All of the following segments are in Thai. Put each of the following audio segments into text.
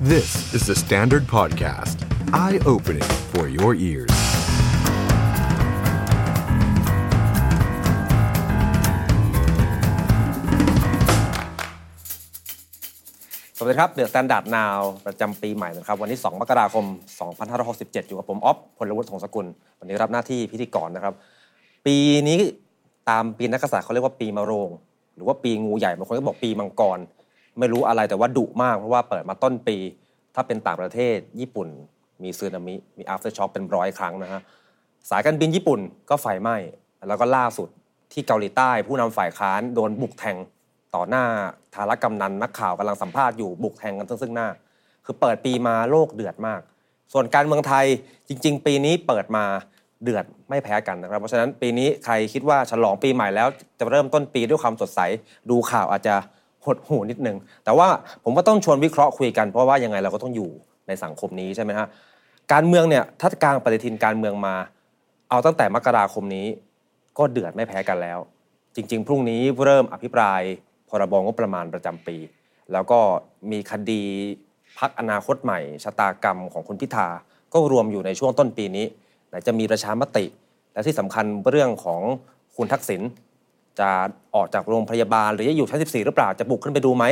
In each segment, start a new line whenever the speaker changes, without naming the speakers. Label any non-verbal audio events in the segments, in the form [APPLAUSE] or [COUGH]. This is the Standard Podcast. Eye opening for your ears.
สวัสดีครับเดือดสแตนดาร์ดนาวประจำปีใหม่นะครับ วันที่ 2 มกราคม 2567 อยู่กับผมออฟพลวุฒิธงสกุล วันนี้รับหน้าที่พิธีกรนะครับ ปีนี้ตามปีนักกษัตริย์เขาเรียกว่าปีมะโรง หรือว่าปีงูใหญ่บางคนก็บอกปีมังกร ไม่รู้อะไรแต่ว่าดุมากเพราะว่าเปิดมาต้นปี ถ้าเป็นต่างประเทศญี่ปุ่น มีซึนามิมี after shock เป็นร้อยครั้งนะฮะ สายการบินญี่ปุ่นก็ไฟไหม้ แล้วก็ล่าสุดที่เกาหลีใต้ผู้นำฝ่ายค้านโดนบุกแทง ต่อหน้าธารกำนันนักข่าวกำลังสัมภาษณ์อยู่บุกแทงกันซึ่งหน้า คือเปิดปีมาโลกเดือดมาก ส่วนการเมืองไทยจริง ๆ ปีนี้เปิดมาเดือดไม่แพ้กันนะครับ เพราะฉะนั้นปีนี้ใครคิดว่าฉลองปีใหม่แล้วจะเริ่มต้นปีด้วยความสดใส ดูข่าวอาจจะหดหูนิดนึง แต่ว่าผมก็ต้องชวนวิเคราะห์คุยกันเพราะว่ายังไงเราก็ต้องอยู่ในสังคมนี้ใช่ไหมฮะการเมืองเนี่ยถ้ากลางปฏิทินการเมืองมา เอาตั้งแต่มกราคมนี้ก็เดือดไม่แพ้กันแล้ว จริง ๆ พรุ่งนี้เริ่มอภิปรายพรบงบประมาณประจำปี แล้วก็มีคดีพักอนาคตใหม่ชะตากรรมของคุณพิธา ก็รวมอยู่ในช่วงต้นปีนี้ไหนจะมีประชามติ และที่สำคัญเรื่องของคุณทักษิณจะออกจากโรงพยาบาลหรือจะอยู่ชั้น14 หรือเปล่าจะบุกขึ้นไปดูไหม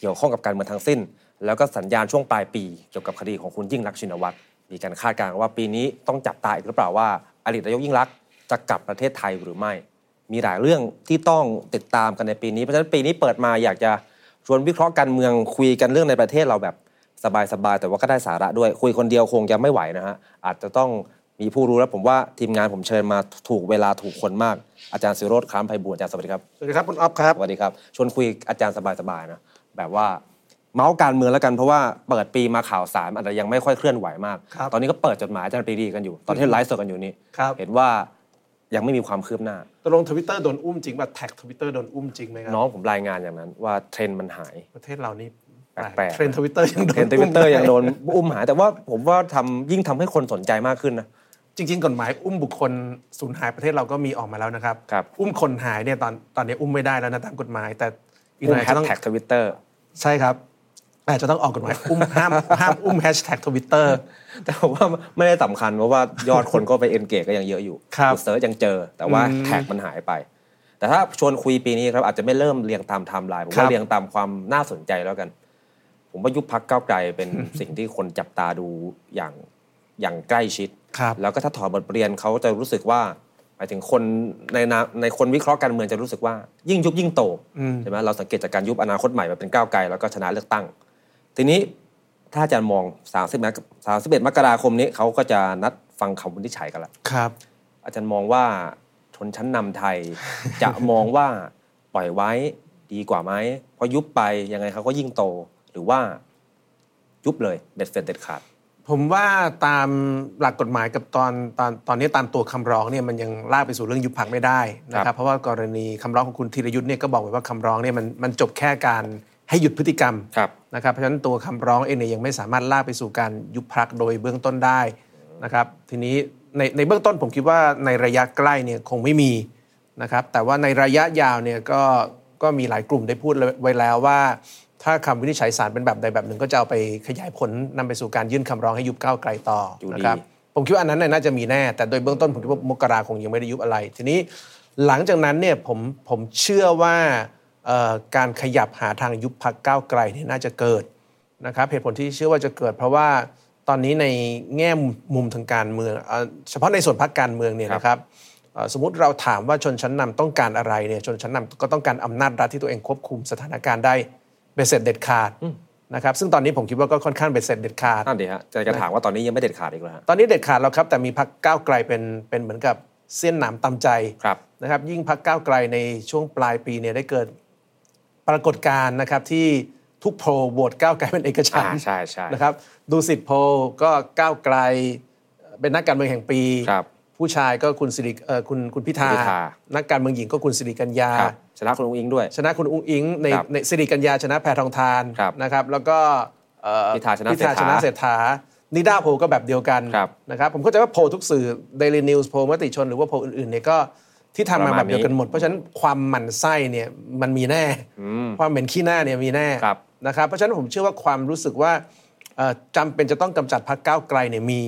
เกี่ยวข้องกับการเมืองทั้งสิ้น แล้วก็สัญญาณช่วงปลายปีเกี่ยวกับคดีของคุณยิ่งรักษณ์ชินวัตรมีการคาดการณ์ว่าปีนี้ต้องจับตาอีกหรือเปล่าว่าอดีตนายกยิ่งรักษณ์จะกลับประเทศไทยหรือไม่ มีหลายเรื่องที่ต้องติดตามกันในปีนี้เพราะฉะนั้นปีนี้เปิดมาอยากจะชวนวิเคราะห์การเมืองคุยกันเรื่องในประเทศเราแบบสบายๆแต่ว่าก็ได้สาระด้วย คุยคนเดียวคงจะไม่ไหวนะฮะอาจจะต้องมีผู้รู้แล้วผมว่าทีมงานผมเชิญมาถูกเวลาถูกคนมากอาจารย์สิโรธคล้ามไพบูลย์อาจารย์สวัสดีครับ
สวัสดีครับคุณอ๊อฟครับ
สวัสดีครับชวนคุยอาจารย์สบายๆนะแบบว่าเมาส์การเมืองแล้วกันเพราะว่าเปิดปีมาข่าวสารอาจจะยังไม่ค่อยเคลื่อนไหวมาก
ครับ
ตอนนี้ก็เปิดจดหมายอาจารย์ปรีดีกันอยู่ ตอนที่ไลฟ์สดกันอยู่นี่
ครับ
เห็นว่ายังไม่มีความคืบหน้า
ตกลงทวิตเตอร์โดนอุ้มจริงป่ะแท็กทวิตเตอร์โดนอุ้มจริงไหมครั
น้องผมรายงานอย่างนั้นว่าเทรนด์มัน
[LAUGHS]
หาย
ประเทศเรานี่
แปลกๆ
เทรนทวิตเตอร์ยังโดน
เทรนด์ทวิตเตอร์ยังโดนอุ้มหายแต่ว่าผมว่าทำยิ่งทำให้คนสนใจมากขึ้นนะ
จริง ๆกฎหมายอุ้มบุคคลสูญหายประเทศเราก็มีออกมาแล้วนะครับ
ครับ
อุ้มคนหายเนี่ยตอนตอนนี้อุ้มไม่ได้แล้วนะตามกฎหมาย แต่อีกห
อุ้
น่
ม
อย
แฮช
จะต้อง
แท็กทวิตเตอร์
ใช่ครับอาจจะต้องออกกฎหมายอุ้มห้ามห้ามอุ้มแฮชแท็กทวิตเตอร์
[LAUGHS] แต่ผมว่าไม่ได้สำคัญเพราะว่ายอดคนก็ไป [LAUGHS] เอนเกจก็ยังเยอะอยู่
ครับ
เซิร์ชยังเจอ แต่ว่า
อืม
แท็กมันหายไป แต่ถ้าชวนคุยปีนี้ครับอาจจะไม่เริ่มเรียงตามไทม์ไลน์ผม
ครั
ว่า
บ
เรียงตามความน่าสนใจแล้วกัน ผมว่ายุบพักก้าวไกลเป็น สิ่งที่คนจับตาดูอย่างอย่างใกล้ชิด
ครับ
แล้วก็ถ้าถอดบทเรียนเขาจะรู้สึกว่าหมายถึงคนในนาในคนวิเคราะห์การเมืองจะรู้สึกว่ายิ่งยุบยิ่งโตใช่ไหมเราสังเกตจากการยุบอนาคตใหม่มาเป็นก้าวไกลแล้วก็ชนะเลือกตั้ง ทีนี้ถ้าอาจารย์มอง30นะ31มกราคมนี้เขาก็จะนัดฟังคำวินิจฉัยกันละ
ครับ
อาจารย์มองว่าชนชั้นนำไทย [LAUGHS] จะมองว่าปล่อยไว้ดีกว่าไหมเพราะยุบไปยังไงเขาก็ยิ่งโต หรือว่ายุบเลยเด็ดเสร็จเด็ดขาด
ผมว่าตามหลักกฎหมายกับตอนตอนตอนนี้ตามตัวคำร้องเนี่ยมันยังลากไปสู่เรื่องยุบพักไม่ได้นะค
ครับ
รั
บ
เพราะว่ากรณีคำร้องของคุณธีรยุทธ์เนี่ยก็บอกไว้ว่าคำร้องเนี่ยมันมันจบแค่การให้หยุดพฤติกรรม
ครับ
นะครับเพราะฉะนั้นตัวคำร้องเองเนี่ยยังไม่สามารถลากไปสู่การยุบพักโดยเบื้องต้นได้นะครับทีนี้ในในเบื้องต้นผมคิดว่าในระยะใกล้เนี่ยคงไม่มีนะครับแต่ว่าในระยะยาวเนี่ยก็ก็มีหลายกลุ่มได้พูดไว้แล้วว่า ถ้าคำวินิจฉัยศาลเป็นแบบใดแบบหนึ่งก็จะเอาไปขยายผลนำไปสู่การยื่นคำร้องให้ยุบก้าวไกลต่อ
อยู่ดี
นะครับผมคิดว่าอันนั้นน่ะน่าจะมีแน่ แต่โดยเบื้องต้นผมคิดว่ามกราคงยังไม่ได้ยุบอะไร ทีนี้หลังจากนั้นเนี่ยผมผมเชื่อว่าเอ่อการขยับหาทางยุบพักก้าวไกลเนี่ยน่าจะเกิดนะครับเหตุผลที่เชื่อว่าจะเกิด เพราะว่าตอนนี้ในแง่มุมทางการเมืองเอ่อเฉพาะในส่วนพักการเมืองเนี่ยนะครับ เอ่อสมมติเราถามว่าชนชั้นนำต้องการอะไรเนี่ยชนชั้นนำก็ต้องการอำนาจรัฐที่ตัวเองควบคุมสถานการณ์ได้เบ็ดเสร็จเด็ดขาดนะครับซึ่งตอนนี้ผมคิดว่าก็ค่อนข้างเบ็ดเสร็จเด็ดขาด
นั่นดีฮะจะจะถามว่าตอนนี้ยังไม่เด็ดขาดอีกแล้วฮะ
ตอนนี้เด็ดขาดแล้วครับแต่มีพักก้าวไกลเป็นเป็นเหมือนกับเส้ยนหนามตำใจ
ครับ
นะครับยิ่งพักก้าวไกลในช่วงปลายปีเนี่ยได้เกิดปรากฏการณ์นะครับที่ทุกโพลโหวตก้าวไกลเป็นเอกฉันท์
อ่าใช่ใช่
นะครับดูสิทธิ์โพลก็ก้าวไกลเป็นนักการเมืองแห่งปี
ครับ
ผู้ชายก็คุณสิริเอ่อคุณคุณพิธา
พิธา
นักการเมืองหญิงก็คุณสิริกัญญา
ครับชนะคุณอุ้งอิงด้วย
ชนะคุณอุ้งอิงใน
ครับ
ในสิริกัญญาชนะแพทองทาน
ครับ
นะครับแล้วก็เอ่อ
พิธาชนะ
พิ
เศ
ธา
รษฐา
ชนะเศรษฐานิด้าโพลก็แบบเดียวกัน
ครับ
นะครับผมเข้าใจว่าโพลทุกสื่อ Daily News โพลมติชนหรือว่าโพลอื่นๆเนี่ยก็ที่
ป
ทำ
ระ
มา
มาณ
แบบเดียวกัน
นี้
หมด เพราะฉะนั้นความหมันไส้เนี่ยมันมีแน่ ความเหม็นขี้หน้าเนี่ยมีแน่
ครับ
นะครับเพราะฉะนั้นผมเชื่อว่าความรู้สึกว่า เอ่อจำเป็นจะต้องกำจัดพรรคก้าวไกลเนี่ยมี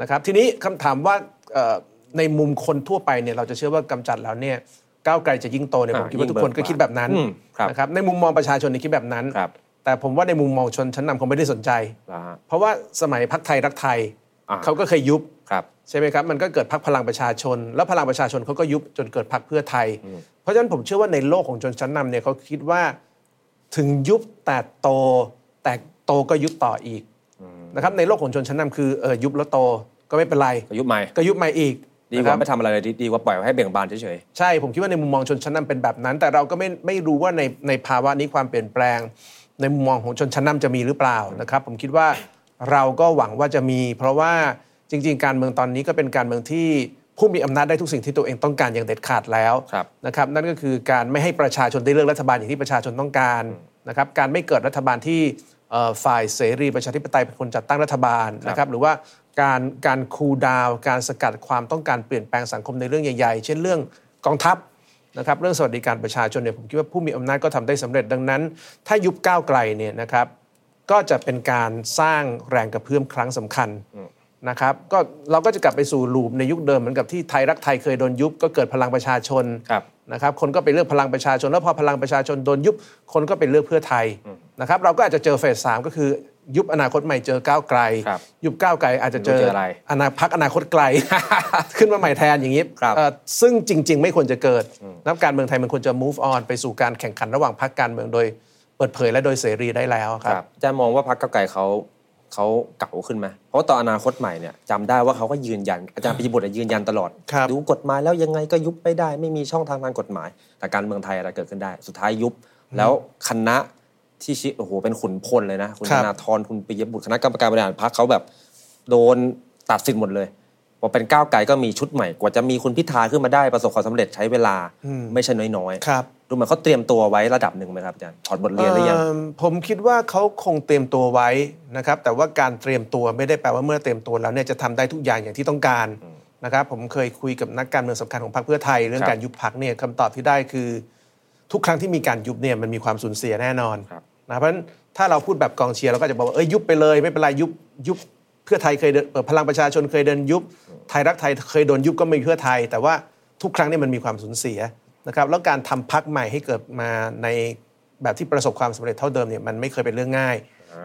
นะครับทีนี้คำถามว่าเอ่อในมุมคนทั่วไปเนี่ยเราจะเชื่อว่ากำจัดแล้วเนี่ยก้าวไกลจะยิ่งโตเนี่ยผม
อ่ะ
คิดว่าทุกคนก็
ยิ่งเบิกบาน
คิดแบบนั้น
อืมครับ
นะครับในมุมมองประชาชนเนี่ยคิดแบบนั้น
ครับ
แต่ผมว่าในมุมมองชนชั้นนำคงไม่ได้สนใจ
นะฮะ
เพราะว่าสมัยพักไทยรักไทย
อ่า
เขาก็เคยยุบ
ครับ
ใช่ไหมครับ มันก็เกิดพักพลังประชาชน แล้วพลังประชาชนเขาก็ยุบจนเกิดพักเพื่อไทย เพราะฉะนั้นผมเชื่อว่าในโลกของชนชั้นนำเนี่ยเขาคิดว่าถึงยุบแต่โตแต่โตก็ยุบต่ออีกนะครับในโลกของชนชั้นนำคือเออยุบแล้วโตก็ไม่เป็นไร
ก็ยุบใหม่
ก็ยุบมาอีก
ดีก
นะค
ว่า
รับ
ไม่ทำอะไรเลยดีดีกว่าปล่อยให้เบ่งบานเฉย
ใช่ ผมคิดว่าในมุมมองชนชั้นนำเป็นแบบนั้น แต่เราก็ไม่ไม่รู้ว่าในในภาวะนี้ความเปลี่ยนแปลง ในมุมมองของชนชั้นนำจะมีหรือเปล่านะครับ ผมคิดว่าเราก็หวังว่าจะมี เพราะว่าจริง ๆ การเมืองตอนนี้ก็เป็นการเมืองที่ผู้มีอำนาจได้ทุกสิ่งที่ตัวเองต้องการอย่างเด็ดขาดแล้ว
ครับ
นะครับนั่นก็คือการไม่ให้ประชาชนได้เลือกรัฐบาลอย่างที่ประชาชนต้องการนะครับการไม่เกิดรัฐบาลที่เอ่อฝ่ายเสรีประชาธิปไตยเป็นคนจัดตั้งรัฐบาลนะครับหรือว่าการการคูลดาวน์การสกัดความต้องการเปลี่ยนแปลงสังคมในเรื่องใหญ่ ๆ เช่นเรื่องกองทัพนะครับเรื่องสวัสดิการประชาชนเนี่ยผมคิดว่าผู้มีอำนาจก็ทำได้สำเร็จดังนั้น ถ้ายุบก้าวไกลเนี่ยนะครับก็จะเป็นการสร้างแรงกระเพื่อมครั้งสำคัญ นะครับก็เราก็จะกลับไปสู่ลูปในยุคเดิมเหมือนกับที่ไทยรักไทยเคยโดนยุบก็เกิดพลังประชาชน
ครับ
นะครับคนก็ไปเลือกพลังประชาชน แล้วพอพลังประชาชนโดนยุบคนก็ไปเลือกเพื่อไทยนะครับเราก็อาจจะเจอเฟสสามก็คือยุบอนาคตใหม่เจอก้าวไกล
ครับ
ยุบก้าวไกลอาจจะเจอ
ไม่รู้เจออะไร
อนาพักอนาคตไกล
[LAUGHS]
ขึ้นมาใหม่แทนอย่างนี้
ครับ
เอ่อซึ่งจริง ๆ ไม่ควรจะเกิดนักการเมืองไทยมันควรจะ move on ไปสู่การแข่งขันระหว่างพรรคการเมืองโดยเปิดเผยและโดยเสรีได้แล้ว
ๆ
ครับ
อาจะมองว่าพรรคก้าวไกลเขาเขาเก่าขึ้นไหมเพราะว่าตอนอนาคตใหม่เนี่ยจำได้ว่าเขาก็ยืนยันอาจารย์ปิยบุตรเนี่ยยืนยันตลอด
ครับ
ดูกฎหมายแล้วยังไงก็ยุบไม่ได้ ไม่มีช่องทางทางกฎหมาย แต่การเมืองไทยอะไรเกิดขึ้นได้ สุดท้ายยุบ แล้วคณะที่ชิโอ้โหเป็นขุนพลเลยนะ คุณ
ครั
ธ
บ
นาธรคุณปิยบุตรคณะกรรมการบริหารพรรคเขาแบบโดนตัดสินหมดเลยพอเป็นก้าวไกลก็มีชุดใหม่ กว่าจะมีคุณพิธาขึ้นมาได้ประสบความสำเร็จใช้เวลาไม่ใช่น้อยๆ
ครับ
ดูเหมือนเขาเตรียมตัวไว้ระดับหนึ่งไหมครับอาจารย์ถอดบทเรียนหรือยัง
เอิ่มผมคิดว่าเขาคงเตรียมตัวไว้นะครับ แต่ว่าการเตรียมตัวไม่ได้แปลว่าเมื่อเตรียมตัวแล้วเนี่ยจะทำได้ทุกอย่างอย่างที่ต้องการนะครับ ผมเคยคุยกับนักการเมืองสำคัญของพรรคเพื่อไทย เรื่อง
ครับ
การยุบพรรคเนี่ยคำตอบที่ได้คือ ทุกครั้งที่มีการยุบเนี่ยมันมีความสูญเสียแน่นอน
ครับ
นะเพราะฉะนั้นถ้าเราพูดแบบกองเชียร์เราก็จะบอกว่าเอ้ยยุบไปเลย ไม่เป็นไรยุบยุบเพื่อไทยเคยเดินเอ่อพลังประชาชนเคยเดินยุบ ไทยรักไทยเคยโดนยุบก็ไม่มีเพื่อไทย แต่ว่าทุกครั้งเนี่ยมันมีความสูญเสียนะครับแล้วการทำพักใหม่ให้เกิดมาในแบบที่ประสบความสำเร็จเท่าเดิมเนี่ยมันไม่เคยเป็นเรื่องง่าย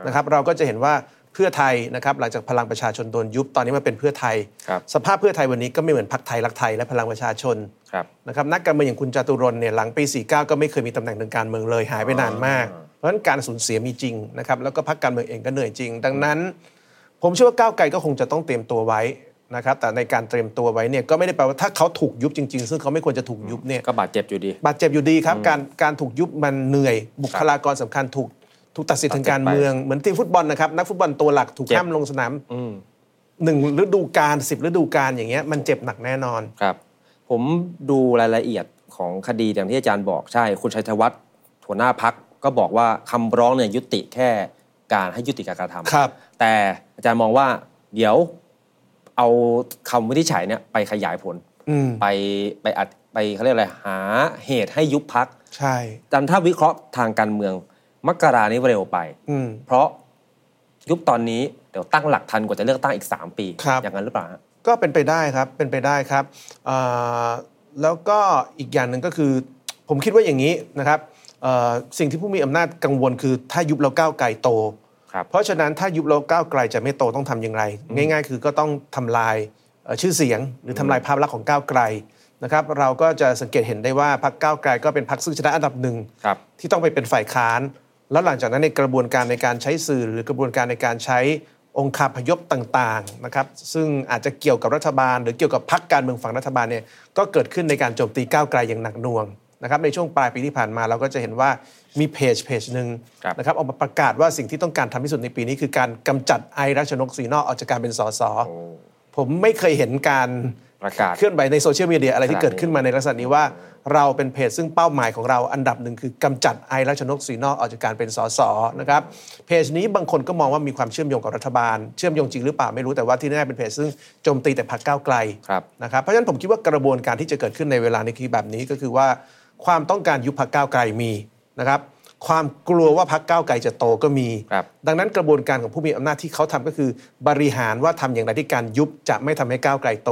นะครับเราก็จะเห็นว่าเพื่อไทยนะครับหลังจากพลังประชาชนโดนยุบตอนนี้มาเป็นเพื่อไทย
ครับ
สภาพเพื่อไทยวันนี้ก็ไม่เหมือนพักไทยรักไทยและพลังประชาชน
ครับ
นะครับนักการเมืองอย่างคุณจาตุรนต์เนี่ยหลังปี 49 ก็ไม่เคยมีตำแหน่งทางการเมืองเลยหายไปนานมาก เพราะฉะนั้นการสูญเสียมีจริงนะครับแล้วก็พรรคการเมืองเองก็เหนื่อยจริง ดังนั้น ผมเชื่อว่าก้าวไกลก็คงจะต้องเตรียมตัวไว้นะครับแต่ในการเตรียมตัวไว้เนี่ยก็ไม่ได้แปลว่าถ้าเขาถูกยุบจริง ๆ ซึ่งเขาไม่ควรจะถูกยุบเนี่ย
ก็บาดเจ็บอยู่ดี
บาดเจ็บอยู่ดีครับ การการถูกยุบมันเหนื่อย บุคลากรสำคัญถูกถูกตัดสิทธิ์ทางการเมืองเหมือนทีมฟุตบอลนะครับ นักฟุตบอลตัวหลักถูก
เจ็บ
ห้ามลงสนามหนึ่งฤดูกาลสิบฤดูกาลอย่างเงี้ยมันเจ็บหนักแน่นอน
ครับ ผมดูรายละเอียดของคดีอย่างที่อาจารย์บอกใช่ คุณชัยธวัฒน์หัวหน้าพักก็บอกว่าคำร้องเนี่ยยุติแค่การให้ยุติการกระทำ
ครับ
แต่อาจารย์มองว่าเดี๋ยวเอาคำวินิจฉัยเนี่ยไปขยายผลไปไปอัดไปเขาเรียกอะไรหาเหตุให้ยุบพัก
ใช่
ดันถ้าวิเคราะห์ทางการเมือง มกรานี้เร็วไป
อืม
เพราะยุบตอนนี้เดี๋ยวตั้งหลักทันกว่าจะเลือกตั้งอีก 3 ปี
ครับ
อย่างนั้นหรือเปล่าฮะ
ก็เป็นไปได้ครับ เป็นไปได้ครับเอ่อแล้วก็อีกอย่างหนึ่งก็คือ ผมคิดว่าอย่างนี้นะครับเอ่อสิ่งที่ผู้มีอำนาจกังวลคือถ้ายุบแล้วก้าวไกลโต
ครับ
เพราะฉะนั้นถ้ายุบแล้วก้าวไกลจะไม่โตต้องทำอย่างไร ง่ายๆ คือก็ต้องทำลายเอ่อชื่อเสียง หรือทำลายภาพลักษณ์ของก้าวไกลนะครับเราก็จะสังเกตเห็นได้ว่าพรรคก้าวไกลก็เป็นพรรคซึ่งชนะอันดับหนึ่ง
ครับ
ที่ต้องไปเป็นฝ่ายค้าน แล้วหลังจากนั้นในกระบวนการในการใช้สื่อ หรือกระบวนการในการใช้องค์คาพยพต่างๆนะครับซึ่งอาจจะเกี่ยวกับรัฐบาล หรือเกี่ยวกับพรรคการเมืองฝั่งรัฐบาลเนี่ยก็เกิดขึ้นในการโจมตีก้าวไกลอย่างหนักหน่วงนะครับในช่วงปลายปีที่ผ่านมาเราก็จะเห็นว่ามีเพจเพจหนึ่ง
ครับ
นะครับออกมาประกาศว่าสิ่งที่ต้องการทำที่สุดในปีนี้คือการกำจัดไอรัชนกศรีนอกออกจากการเป็นสสผมไม่เคยเห็นการ
ประกาศ
เคลื่อนไหวในโซเชียลมีเดียอะไร
ข
ที่
นาดนี้
เกิดขึ้นมาในลักษณะนี้ว่าเราเป็นเพจซึ่งเป้าหมายของเราอันดับหนึ่งคือกำจัดไอรัชนกศรีนอกออกจากการเป็นสสนะครับเพจนี้บางคนก็มองว่ามีความเชื่อมโยงกับรัฐบาล เชื่อมโยงจริงหรือเปล่าไม่รู้แต่ว่าที่แน่ๆเป็นเพจซึ่งโจมตีแต่พรรคก้าวไกล
ครับ
นะครับเพราะฉะนั้นผมคิดว่ากระบวนการที่จะเกิดขึ้นในเวลานี้คือแบบนี้ก็คือว่าความต้องการยุบพรรคก้าวไกลมีนะครับ ความกลัวว่าพักก้าวไกลจะโตก็มี
ครับ
ดังนั้นกระบวนการของผู้มีอำนาจที่เขาทำก็คือ บริหารว่าทำอย่างไรที่การยุบจะไม่ทำให้ก้าวไกลโต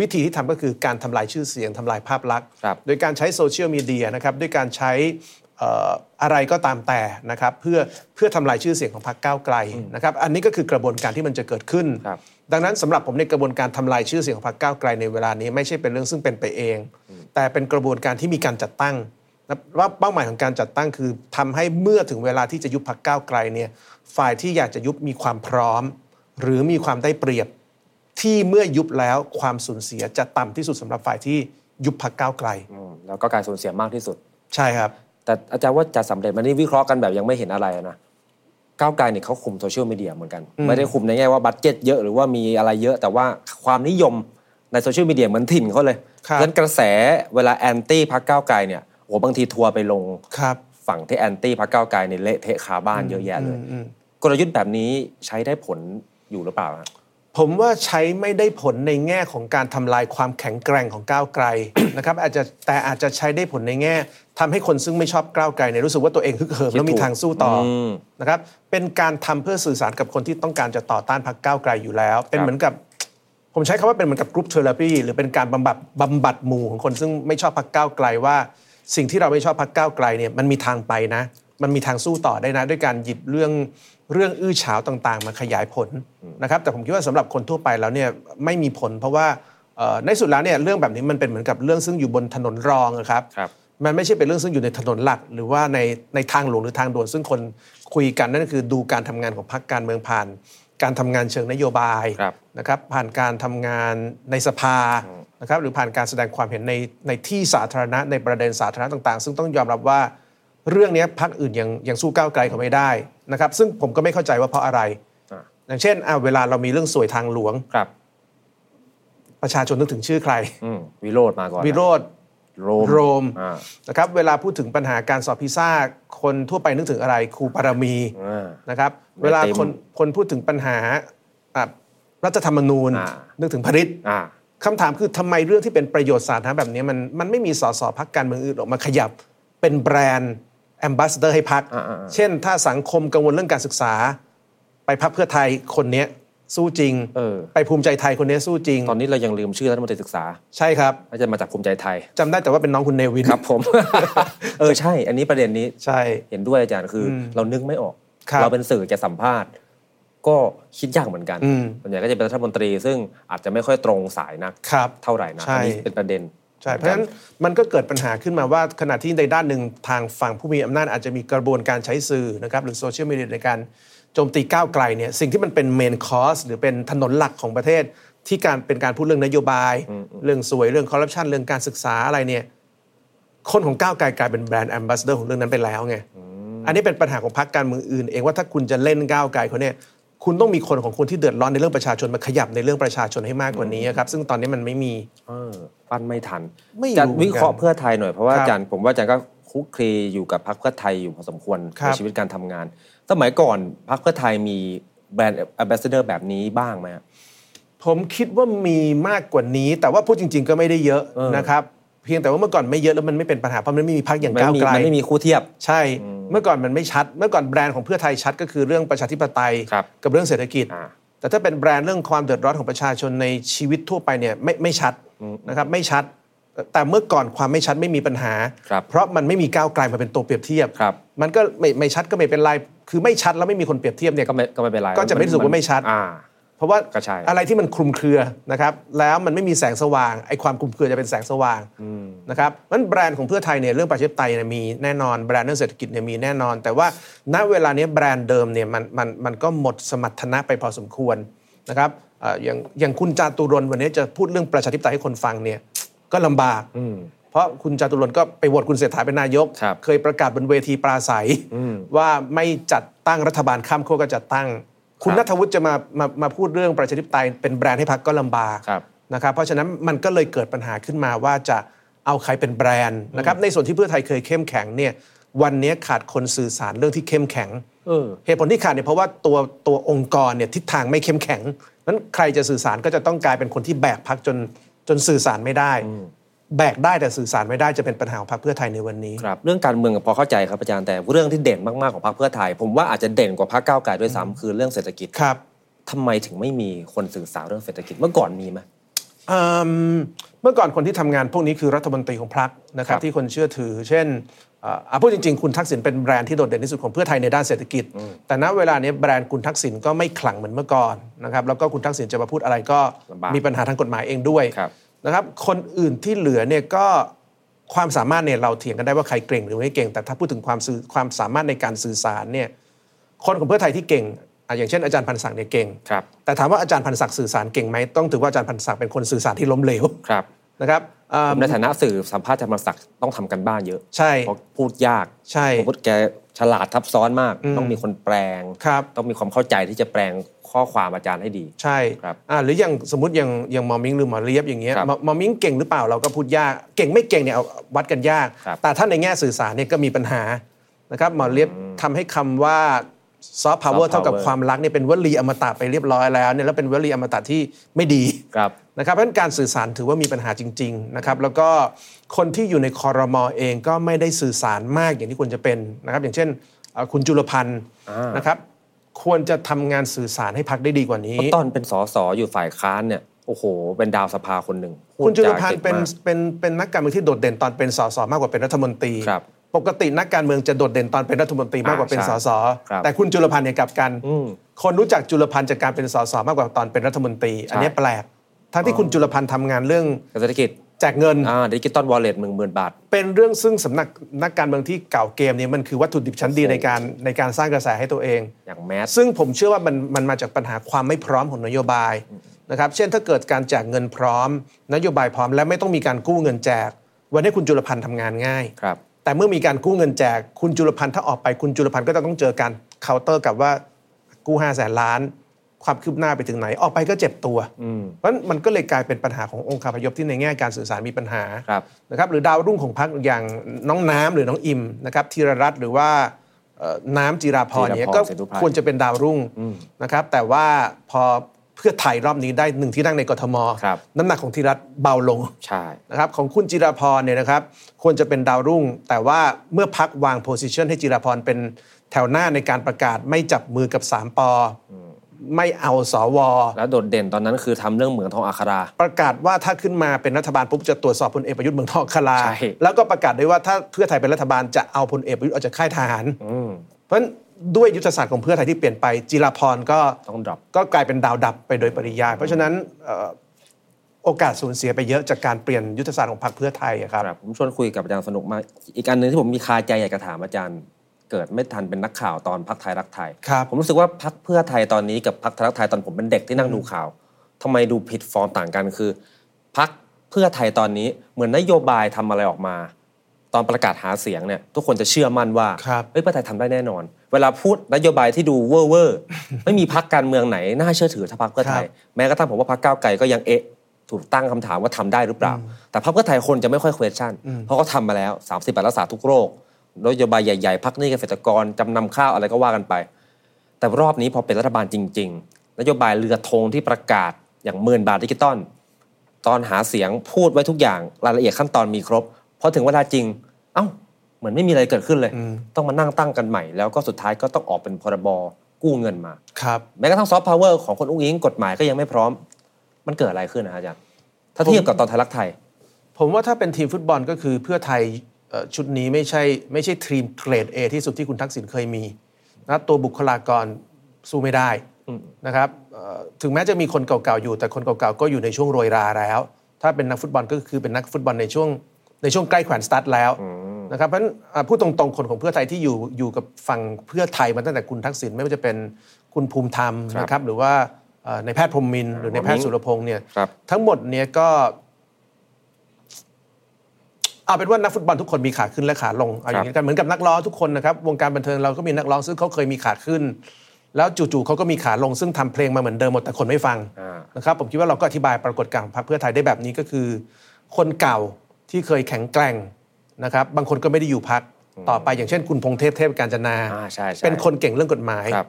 วิธีที่ทำก็คือการทำลายชื่อเสียงทำลายภาพลักษณ์
ครับ
โดยการใช้โซเชียลมีเดียนะครับด้วยการใช้เอ่ออะไรก็ตามแต่นะครับเพื่อเพื่อทำลายชื่อเสียงของพรรคก้าวไกลนะครับอันนี้ก็คือกระบวนการที่มันจะเกิดขึ้น
ครับ
ดังนั้นสำหรับผมในยกระบวนการทำลายชื่อเสียงของพรรคก้าวไกลในเวลานี้ไม่ใช่เป็นเรื่องซึ่งเป็นไปเอง แต่เป็นกระบวนการที่มีการจัดตั้งนะว่าเป้าหมายของการจัดตั้งคือทำให้เมื่อถึงเวลาที่จะยุบพรรคก้าวไกลเนี่ยฝ่ายที่อยากจะยุบมีความพร้อม หรือมีความได้เปรียบ ที่เมื่อยุบแล้วความสูญเสียจะต่ำที่สุดสำหรับฝ่ายที่ยุบพรรคก้าวไกล
อืมแล้วก็การสูญเสียมากที่สุด
ใช่ครับ
แต่อาจารย์ว่าจะสำเร็จไหมันนี่วิเคราะห์กันแบบยังไม่เห็นอะไรนะก้าวไกลเนี่ยเขาคุมโซเชียลมีเดียเหมือนกัน ไม่ได้คุมในแง่ว่าบัตเจ็ตเยอะหรือว่ามีอะไรเยอะแต่ว่าความนิยมในโซเชียลมีเดียเหมือนถิ่นเขาเลย
ครับ
ฉะนั้นกระแสเวลาแอนตี้พักก้าวไกลเนี่ยโอ้บางทีทัวร์ไปลง
ครับ
ฝั่งที่แอนตี้พักก้าวไกลเนี่ยเละเทะคาบ้านเยอะแยะเลย กลยุทธ์แบบนี้ใช้ได้ผลอยู่หรือเปล่าฮะ
ผมว่าใช้ไม่ได้ผลในแง่ของการทำลายความแข็งแกร่งของก้าวไกล [COUGHS] นะครับอาจจะแต่อาจจะใช้ได้ผลในแง่ทำให้คนซึ่งไม่ชอบก้าวไกลเนี่ยรู้สึกว่าตัวเองฮึกเหิมแล้วมีทางสู้ต่ออ
ม
นะครับเป็นการทำเพื่อสื่อสารกับคนที่ต้องการจะต่อต้านพรรคก้าวไกลอยู่แล้ว เป็นเหมือนกับ ผมใช้คำว่าเป็นเหมือนกับกรุ๊ปเทอราปีหรือเป็นการบำบัดบำบัดหมู่ของคนซึ่งไม่ชอบพักก้าวไกลว่า สิ่งที่เราไม่ชอบพักก้าวไกลเนี่ยมันมีทางไปนะ มันมีทางสู้ต่อได้นะ ด้วยการหยิบเรื่องเรื่องอื้อฉาวต่างๆ มาขยายผลนะครับแต่ผมคิดว่าสำหรับคนทั่วไปแล้วเนี่ยไม่มีผล เพราะว่าเอ่อในสุดแล้วเนี่ยเรื่องแบบนี้มันเป็นเหมือนกับเรื่องซึ่งอยู่บนถนนรองอะครับ
ครับ
มันไม่ใช่เป็นเรื่องซึ่งอยู่ในถนนหลัก หรือว่าในในทางหลวงหรือทางด่วนซึ่งคนคุยกันนั่นคือดูการทำงานของพรรคการเมืองผ่าน การทำงานเชิงนโยบาย
ครับ
นะครับผ่านการทำงานในสภานะครับหรือผ่านการแสดงความเห็นในในที่สาธารณะในประเด็นสาธารณะต่างๆ ซึ่งต้องยอมรับว่าเรื่องเนี้ยพรรคอื่นยังยังสู้ก้าวไกลเขาไม่ได้นะครับซึ่งผมก็ไม่เข้าใจว่าเพราะอะไร
อ่า
อย่างเช่นอ่ะเวลาเรามีเรื่องสวยทางหลวง
ครับ
ประชาชนนึกถึงชื่อใคร
อืมวิโรดมาก่อนนะ
วิโรธ
โรม
โรม
อ่า
นะครับเวลาพูดถึงปัญหาการสอบพิซซ่าคนทั่วไปนึกถึงอะไรครูปารมี
อ่า
นะครับ
ไม่
เวลา
เต็ม
คนคนพูดถึงปัญหาอ่ะรัฐธรรมนูญ
อ่า
นึกถึงพริษ
อ่า
คำถามคือทำไมเรื่องที่เป็นประโยชน์สาธารณะแบบนี้มันมันไม่มีสสพักการเมืองอื่นออกมาขยับ เป็นแบรนด์แอมบาสเดอร์ให้พัก
อ่าๆๆ
เช่น ถ้าสังคมกังวลเรื่องการศึกษา ไปพักเพื่อไทยคนเนี้ยสู้จริง
เออ
ไปภูมิใจไทยคนเนี้ยสู้จริง
ตอนนี้เรายังลืมชื่อรัฐมนตรีศึกษา
ใช่ครับ
น่าจะมาจากภูมิใจไทย
จำได้แต่ว่าเป็นน้องคุณเนวิน
ครับผม [LAUGHS] เออใช่ อันนี้ประเด็นนี้
ใช่
เห็นด้วยอาจารย์คืออเรานึกไม่ออก
ครับ
เราเป็นสื่อจะสัมภาษณ์ ก็คิดยากเหมือนกัน
อืม
ส่วนใหญ่ก็จะเป็นรัฐมนตรี ซึ่งอาจจะไม่ค่อยตรงสายนัก
ครับ
เท่าไหร่นะ
ใช่
อันนี้เป็นประเด็น
ใช่เพราะฉะนั้นมันก็เกิดปัญหาขึ้นมาว่าขณะที่ในด้านหนึ่งทางฝั่งผู้มีอำนาจอาจจะมีกระบวนการใช้สื่อนะครับหรือโซเชียลมีเดียในการโจมตีก้าวไกลเนี่ยสิ่งที่มันเป็นเมนคอสหรือเป็นถนนหลักของประเทศ ที่การเป็นการพูดเรื่องนโยบาย เรื่องสวยเรื่องคอร์รัปชันเรื่องการศึกษาอะไรเนี่ยคนของก้าวไกลกลายเป็นแบรนด์แอมบาสเดอร์ของเรื่องนั้นไปแล้วไงอันนี้เป็นปัญหาของพรรคการเมืองอื่นเองว่าถ้าคุณจะเล่นก้าวไกลเขาเนี่ยคุณต้องมีคนของคนที่เดือดร้อนในเรื่องประชาชนมาขยับในเรื่องประชาชนให้มากกว่านี้ครับซึ่งตอนนี้มันไม่มี
เออปั้นไม่ทัน
ไม่รู้
อาจารย์วิเคราะห์เพื่อไทยหน่อยเพราะว่า
ครับ
อาจารย์ผมว่าอาจารย์ก็คลุกคลีอยู่กับพรรคเพื่อไทยอยู่พอสมควร
ครับ
ในชีวิตการทำงาน สมัยก่อนพรรคเพื่อไทยมีแบรนด์แอมบาสเดอร์แบบนี้บ้างไหมฮะ
ผมคิดว่ามีมากกว่านี้ แต่ว่าพูดจริง ๆ ก็ไม่ได้เยอะ
เออ
นะครับเพียงแต่ว่าเมื่อก่อนไม่เยอะแล้วมันไม่เป็นปัญหาเพราะมันไม่มีพักอย่าง
มัน
ก้าว
ไม่มี
ไกล
มันไม่มีคู่เทียบ
ใช่ เมื่อก่อนมันไม่ชัด เมื่อก่อนแบรนด์ของเพื่อไทยชัดก็คือเรื่องประชาธิปไตย
ครับ
กับเรื่องเศรษฐกิจ
อ่า
แต่ถ้าเป็นแบรนด์เรื่องความเดือดร้อนของประชาชนในชีวิตทั่วไปเนี่ยไม่ไม่ชัดนะครับไม่ชัด แต่เมื่อก่อนความไม่ชัดไม่มีปัญหา
ครับ
เพราะมันไม่มีก้าวไกลมาเป็นตัวเปรียบเทียบ
ครับ
มันก็ไม่ไม่ชัดก็ไม่เป็นไรคือไม่ชัดแล้วไม่มีคนเปรียบเทียบเนี่ย
ก็ไม่ก็ไม่เป็นไร
ก็จะไม่รู้สึกว่าไม่ชัด
อ่า
เพราะว่า
ก็ใช่
อะไรที่มันคลุมเครือนะครับแล้วมันไม่มีแสงสว่างไอ้ความคลุมเครือจะเป็นแสงสว่างนะครับนั้นแบรนด์ของเพื่อไทยเนี่ยเรื่องประชาธิปไตยเนี่ยมีแน่นอนแบรนด์เรื่องเศรษฐกิจเนี่ยมีแน่นอน แต่ว่าณเวลานี้แบรนด์เดิมเนี่ยมันมันมันก็หมดสมรรถนะไปพอสมควรนะครับเอ่ออย่างอย่างคุณจาตุรนต์วันนี้จะพูดเรื่องประชาธิปไตยให้คนฟังเนี่ยก็ลำบาก เพราะคุณจาตุรนต์ก็ไปโหวตคุณเศรษฐาเป็นนายก
ครับ
เคยประกาศบนเวทีปราศัยว่าไม่จัดตั้งรัฐบาลข้ามขั้วก็จัดตั้ง คุณ
ครั
นั
บ
ทวุฒิจะมามามาพูดเรื่องประชาธิปไตยเป็นแบรนด์ให้พักก็ลำบาก
ครับ
นะครับเพราะฉะนั้นมันก็เลยเกิดปัญหาขึ้นมาว่าจะเอาใครเป็นแบรนด์นะครับในส่วนที่เพื่อไทยเคยเข้มแข็งเนี่ยวันนี้ขาดคนสื่อสารเรื่องที่เข้มแข็ง
เออ
เหตุผลที่ขาดเนี่ยเพราะว่าตัวตัวองค์กรเนี่ยทิศทางไม่เข้มแข็งนั้นใครจะสื่อสารก็จะต้องกลายเป็นคนที่แบกพักจนจนสื่อสารไม่ได้ แบกได้แต่สื่อสารไม่ได้จะเป็นปัญหาของพรรคเพื่อไทยในวันนี้
ครับเรื่องการเมืองพอเข้าใจครับอาจารย์แต่เรื่องที่เด่นมากๆของพรรคเพื่อไทย ผมว่าอาจจะเด่นกว่าพรรคก้าวไกลด้วยซ้ำคือเรื่องเศรษฐกิจ
ครับ
ทำไมถึงไม่มีคนสื่อสารเรื่องเศรษฐกิจเมื่อก่อนมีไหม
อืมเมื่อก่อนคนที่ทำงานพวกนี้คือรัฐมนตรีของพรรคนะครั
ค
บ
รับ
ที่คนเชื่อถือ เช่นเอ่ออ่ะพูดจริงๆ คุณทักษิณเป็นแบรนด์ที่โดดเด่นที่สุดของเพื่อไทยในด้านเศรษฐกิจ แต่ณเวลานี้แบรนด์คุณทักษิณก็ไม่ขลังเหมือนเมื่อก่อนนะครับแล้วก็คุณทักษิณจะมาพูดอะไรก็
ลำบาก
มีปัญหาทางกฎหมายเองด้วย
ครับ
นะครับคนอื่นที่เหลือเนี่ยก็ความสามารถเนี่ยเราเถียงกันได้ว่าใครเก่งหรือไม่เก่ง แต่ถ้าพูดถึงความสื่อความสามารถในการสื่อสารเนี่ยคนของเพื่อไทยที่เก่งอ่ะอย่างเช่นอาจารย์พันธ์ศักดิ์เนี่ยเก่ง
ครับ
แต่ถามว่าอาจารย์พันศักดิ์สื่อสารเก่งไหมต้องถือว่าอาจารย์พันศักดิ์เป็นคนสื่อสารที่ล้มเหลว [LAUGHS]
ครับ
นะครับเอ่อ
ผมในฐานะสื่อสัมภาษณ์ธรรมศักดิ์ต้องทำกันบ้านเยอะ
ใช่
เพราะพูดยาก
ใช่
ผมพูดแกฉลาดทับซ้อนมาก ต้องมีคนแปลง
ครับ
ต้องมีความเข้าใจที่จะแปลงข้อความอาจารย์ให้ดี
ใช่
ครับ
อ่าหรืออย่างสมมติอย่างอย่างหมอมิงหรือหมอเลียบอย่างเงี้ย
ครับ
หมอหมอมิงเก่งหรือเปล่าเราก็พูดยาก เก่งไม่เก่งเนี่ยเอาวัดกันยาก
ครับ
แต่ถ้าในแง่สื่อสารเนี่ยก็มีปัญหานะครับหมอเลียบทำให้คำว่าซอฟต์พาวเวอ
power
ร์เท่ากับความรักเนี่ยเป็นวลีอมตะไปเรียบร้อยแล้วเนี่ยแล้วเป็นวลีอมตะที่ไม่ดี
ครับ
นะครับเพราะฉะนั้นการสื่อสารถือว่ามีปัญหาจริง ๆ นะครับ แล้วก็คนที่อยู่ในคอรมอเองก็ไม่ได้สื่อสารมากอย่างที่ควรจะเป็นนะครับ อย่างเช่นเอ่อคุณจุลพันธ์นะครับ ควรจะทำงานสื่อสารให้พักได้ดีกว่านี้
เพราะตอนเป็นสสอยู่ฝ่ายค้านเนี่ยโอ้โห เป็นดาวสภาคนหนึ่งพูด
คุณจุล
จา
พัน
ก่
ธ์
ง
เป็น
มาก
เป็นเป็นนักการเมืองที่โดดเด่นตอนเป็นสสมากกว่าเป็นรัฐมนตรี
ครับ
ปกตินักการเมืองจะโดดเด่นตอนเป็นรัฐมนตรีมากกว่าเป็นส
อ่า
ส
ใช่ครับ
แต่คุณจุลพันธ์เนี่ยกลับกัน
อืม
คนรู้จักจุลพันธ์จากการเป็นสสมากกว่าตอนเป็นรัฐมนตรี อันเนี้ย
ใช่
แปลกทั้งที่คุณจุลพันธ์ทำงานเรื่อง
เศรษฐกิจ
แจกเงิน
อ่าดิจิตอลวอลเล็ตหนึ่งหมื่นบาท
เป็นเรื่องซึ่งสำนักนักการเมืองที่เก่าเกมเนี่ยมันคือวัตถุดิบชั้นดีในการในการสร้างกระแสให้ตัวเอง
อย่างแมส
ซึ่งผมเชื่อว่ามันมันมาจากปัญหาความไม่พร้อมของนโยบายนะครับเช่นถ้าเกิดการแจกเงินพร้อม นโยบายพร้อม และไม่ต้องมีการกู้เงินแจก วันนี้คุณจุลพันธ์ทำงานง่าย
ครับ
แต่เมื่อมีการกู้เงินแจก คุณจุลพันธ์ถ้าออกไปคุณจุลพันธ์ก็จะต้องเจอการเคาน์เตอร์กับว่ากู้ห้าแสนล้าน ความคืบหน้าไปถึงไหนออกไปก็เจ็บตัว เพราะฉะนั้นมันก็เลยกลายเป็นปัญหาขององค์คาพยพที่ในแง่การสื่อสารมีปัญหา
ครับ
นะครับหรือดาวรุ่งของพักอย่างน้องน้ำหรือน้องอิมนะครับธีรรัตน์หรือว่าเอ่อน้ำจิราพร
จิราพร
เนี่ยก็
เสนธุไพร
ควรจะเป็นดาวรุ่งนะครับแต่ว่าพอเพื่อไทยรอบนี้ได้หนึ่งที่นั่งในกทม น้ำหนักของธีรรัตน์เบาลง
ใช่
นะครับของคุณจิราพรเนี่ยนะครับควรจะเป็นดาวรุ่ง แต่ว่าเมื่อพักวางโพสิชันให้จิราพรเป็นแถวหน้าในการประกาศไม่จับมือกับ 3ปอไม่เอาสว
แล้วโดดเด่นตอนนั้นคือทำเรื่องเหมืองทองอัครา
ประกาศว่าถ้าขึ้นมาเป็นรัฐบาลปุ๊บจะตรวจสอบพลเอกประยุทธ์เมืองทองคลา
ใช่
แล้วก็ประกาศด้วยว่าถ้าเพื่อไทยเป็นรัฐบาลจะเอาพลเอกประยุทธ์ออกจากค่ายทหาร เพราะฉะนั้นด้วยยุทธศาสตร์ของเพื่อไทยที่เปลี่ยนไปจิรพรก็
ต้องดรอป
ก็กลายเป็นดาวดับไปโดยปริยาย เพราะฉะนั้นเอ่อโอกาสสูญเสียไปเยอะจากการเปลี่ยนยุทธศาสตร์ของพรรคเพื่อไทยอะครับ
ครับผมชวนคุยกับอาจารย์สนุกมาก อีกอันหนึ่งที่ผมมีคาใจอยากจะถามอาจารย์ เกิดไม่ทันเป็นนักข่าวตอนพักไทยรักไทย
ครับ
ผมรู้สึกว่าพักเพื่อไทยตอนนี้กับพักไทยรักไทยตอนผมเป็นเด็กที่นั่งดูข่าวทำไมดูผิดฟอร์มต่างกันคือพักเพื่อไทยตอนนี้เหมือนนโยบายทำอะไรออกมา ตอนประกาศหาเสียงเนี่ยทุกคนจะเชื่อมั่นว่า
ครับ
เฮ้ยเพื่อไทยทำได้แน่นอน เวลาพูดนโยบายที่ดูเว่อร์เว [LAUGHS] อร์ ไม่มีพักการเมืองไหนน่าเชื่อถือเท่าพักเพื่อไทย
ครับ
แม้กระทั่งผมว่าพรรคก้าวไกลก็ยังเอะถูกตั้งคำถามว่าทำได้หรือเปล่า แต่พรรคเพื่อไทยคนจะไม่ค่อย question เพราะเขาทำมาแล้ว 30บาทรักษาทุกโรคนโยบายใหญ่ๆพักหนี้เกษตรกรจำนำข้าวอะไรก็ว่ากันไป แต่รอบนี้พอเป็นรัฐบาลจริง ๆ นโยบายเรือธงที่ประกาศอย่างหมื่นบาทดิจิตอลตอนหาเสียงพูดไว้ทุกอย่างรายละเอียดขั้นตอนมีครบพอถึงเวลาจริง เอ้า เหมือนไม่มีอะไรเกิดขึ้นเลย ต้องมานั่งตั้งกันใหม่ แล้วก็สุดท้ายก็ต้องออกเป็นพรบกู้เงินมา
ครับ
แม้กระทั่งซอฟต์พาวเวอร์ของคนอุ้งอิงกฎหมายก็ยังไม่พร้อม มันเกิดอะไรขึ้นนะฮะอาจารย์ ถ้าเทียบกับตอนไทยรักไทย
ผมว่าถ้าเป็นทีมฟุตบอลก็คือเพื่อไทยเอ่อชุดนี้ไม่ใช่ไม่ใช่ทีมเกรด A ที่สุดที่คุณทักษิณเคยมีนะตัวบุคลากรสู้ไม่ได้นะครับเอ่อถึงแม้จะมีคนเก่าๆอยู่ แต่คนเก่าๆก็อยู่ในช่วงโรยราแล้ว ถ้าเป็นนักฟุตบอลก็คือเป็นนักฟุตบอลในช่วงในช่วงใกล้แขวนสตาร์ทแล้วนะครับเพราะฉะนั้นอ่ะพูดตรงๆคนของเพื่อไทยที่อยู่อยู่กับฝั่งเพื่อไทยมาตั้งแต่คุณทักษิณไม่ว่าจะเป็นคุณภูมิธรรม
ครับ
นะครับหรือว่าเอ่อในแพทย์พรหมมินทร์หรือในแพทย์สุรพงษ์เนี่ย
ครับ
ทั้งหมดเนี่ยก็ เอาเป็นว่านักฟุตบอลทุกคนมีขาขึ้นและขาลงเอาอย่างนี้กันเหมือนกับนักร้องทุกคนนะครับวงการบันเทิงเราก็มีนักร้องซึ่งเขาเคยมีขาขึ้น แล้วจู่ๆเขาก็มีขาลงซึ่งทำเพลงมาเหมือนเดิมหมดแต่คนไม่ฟัง
อ่าน
นะครับผมคิดว่าเราก็อธิบายปรากฏการณ์ของพรรคเพื่อไทยได้แบบนี้ก็คือ คนเก่าที่เคยแข็งแกร่งนะครับบางคนก็ไม่ได้อยู่พักต่อไปอย่างเช่น คุณพงษ์เทพเทพการจนา
อ่าใช่ใช่
เป็นคนเก่งเรื่องกฎหมาย
ครับ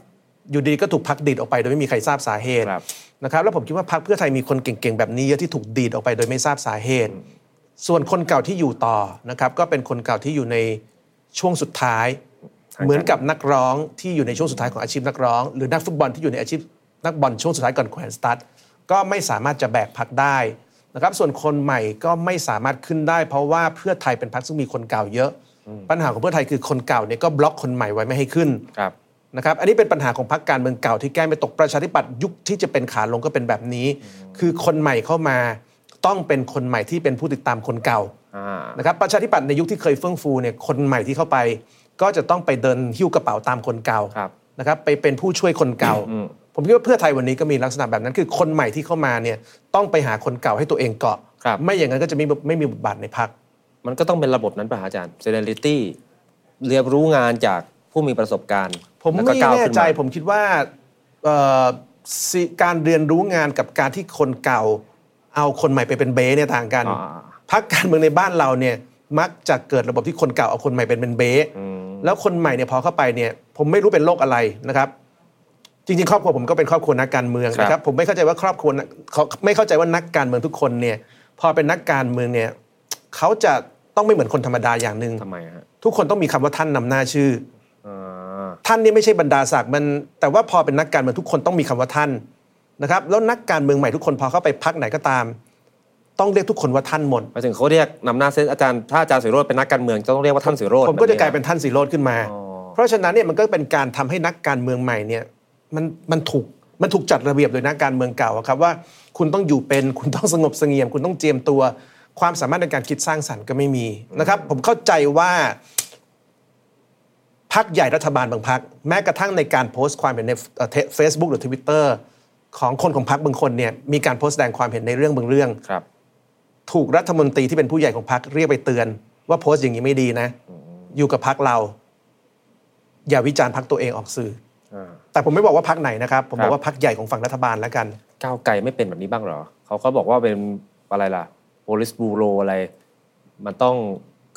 อยู่ดีก็ถูกพักดีดออกไปโดยไม่มีใครทราบสาเหตุ
ครับ
นะครับแล้วผมคิดว่าพักเพื่อไทยมีคนเก่งๆแบบนี้เยอะที่ถูกดีดออกไปโดยไม่ทราบสาเหตุ ส่วนคนเก่าที่อยู่ต่อนะครับก็เป็นคนเก่าที่อยู่ในช่วงสุดท้าย
ทางการ
เหมือนกับนักร้องที่อยู่ในช่วงสุดท้ายของอาชีพนักร้อง หรือนักฟุตบอลที่อยู่ในอาชีพนักบอลช่วงสุดท้ายก่อนแขวนสตาร์ทก็ไม่สามารถจะแบกพักได้นะครับส่วนคนใหม่ก็ไม่สามารถขึ้นได้ เพราะว่าเพื่อไทยเป็นพักซึ่งมีคนเก่าเยอะ ปัญหาของเพื่อไทยคือคนเก่าเนี่ยก็บล็อกคนใหม่ไว้ไม่ให้ขึ้น
ครับ
นะครับอันนี้เป็นปัญหาของพรรคการเมืองเก่าที่แก้ไม่ตกประชาธิปัตย์ยุคที่จะเป็นขาลงก็เป็นแบบนี้ คือคนใหม่เข้ามาต้องเป็นคนใหม่ที่เป็นผู้ติดตามคนเก่า
อ่า
นะครับประชาธิปัตย์ในยุคที่เคยเฟื่องฟูเนี่ยคนใหม่ที่เข้าไป ก็จะต้องไปเดินหิ้วกระเป๋าตามคนเก่า
ครับ
นะครับไปเป็นผู้ช่วยคนเก่า ผมคิดว่าเพื่อไทยวันนี้ก็มีลักษณะแบบนั้น คือคนใหม่ที่เข้ามาเนี่ยต้องไปหาคนเก่าให้ตัวเองเกาะ
ครับ
ไม่อย่างนั้นก็จะไม่ไม่มีบทบาทในพรรค
มันก็ต้องเป็นระบบนั้นป่ะฮะอาจารย์ seniority เรียนรู้งานจากผู้มีประสบการณ์
ผม
ล้วก็
ไม่
ก้าว
แน่
ขึ้นา
ใจผมคิดว่าเอ่อสิการเรียนรู้งานกับการที่คนเก่า เอาคนใหม่ไปเป็นเบสเนี่ยต่างกัน
อ่า
พักการเมืองในบ้านเราเนี่ยมักจะเกิดระบบที่คนเก่าเอาคนใหม่เป็นเป็นเบสแล้วคนใหม่เนี่ยพอเข้าไปเนี่ยผมไม่รู้เป็นโรคอะไรนะครับ จริงๆ ครอบครัวผมก็เป็นครอบครัวนักการเมืองนะค
ครั
รับบ ผมไม่เข้าใจว่าครอบครัวนักเขาไม่เข้าใจว่านักการเมืองทุกคนเนี่ยพอเป็นนักการเมืองเนี่ยเขาจะต้องไม่เหมือนคนธรรมดาอย่างหนึ่ง
ทำไมฮะ
ทุกคนต้องมีคำว่าท่านนำหน้าชื่อ
อ่า
ท่านนี่ไม่ใช่บรรดาศักดิ์มัน แต่ว่าพอเป็นนักการเมืองทุกคนต้องมีคำว่าท่านนะครับแล้วนักการเมืองใหม่ทุกคนพอเข้าไปพักไหนก็ตาม ต้องเรียกทุกคนว่าท่านหมด
หมายถึงเขาเรียกนำหน้าเซตอาจารย์ถ้าอาจารย์สิโรธเป็นนักการเมืองจะต้องเรียกว่าท่านสิโรธ
ผมก็จะ
แบบ
กลายเป็นท่านสีโรดขึ้นมา เพราะฉะนั้นเนี่ยมันก็เป็นการทำให้นักการเมืองใหม่เนี่ยมันมันถูกมันถูกจัดระเบียบโดยนักการเมืองเก่าอะครับว่าคุณต้องอยู่เป็น [LAUGHS] คุณต้องสงบเสงี่ยม คุณต้องเจียมตัว ความสามารถในการคิดสร้างสรรค์ก็ไม่มีนะครับ ผมเข้าใจว่าพักใหญ่รัฐบาลบางพัก แม้กระทั่งในการโพสต์ความเห็นในเฟซบุ๊กหรือทวิตเตอร์ของคนของพักบางคนเนี่ยมีการโพสต์แสดงความเห็นในเรื่องบางเรื่อง
ครับ
ถูกรัฐมนตรีที่เป็นผู้ใหญ่ของพักเรียกไปเตือน ว่าโพสต์อย่างนี้ไม่ดีนะ อยู่กับพักเรา อย่าวิจารณ์พักตัวเองออกสื่อ
อ่า
แต่ผมไม่บอกว่าพักไหนนะครับ ผมบ
ค
อ
รั
ก
บ
ว่าพักใหญ่ของฝั่งรัฐบาลแล้วกัน
ก้าวไกลไม่เป็นแบบนี้บ้างเหรอเขาก็บอกว่าเป็นอะไรล่ะโ l ลิสบูโรอะไร มันต้อง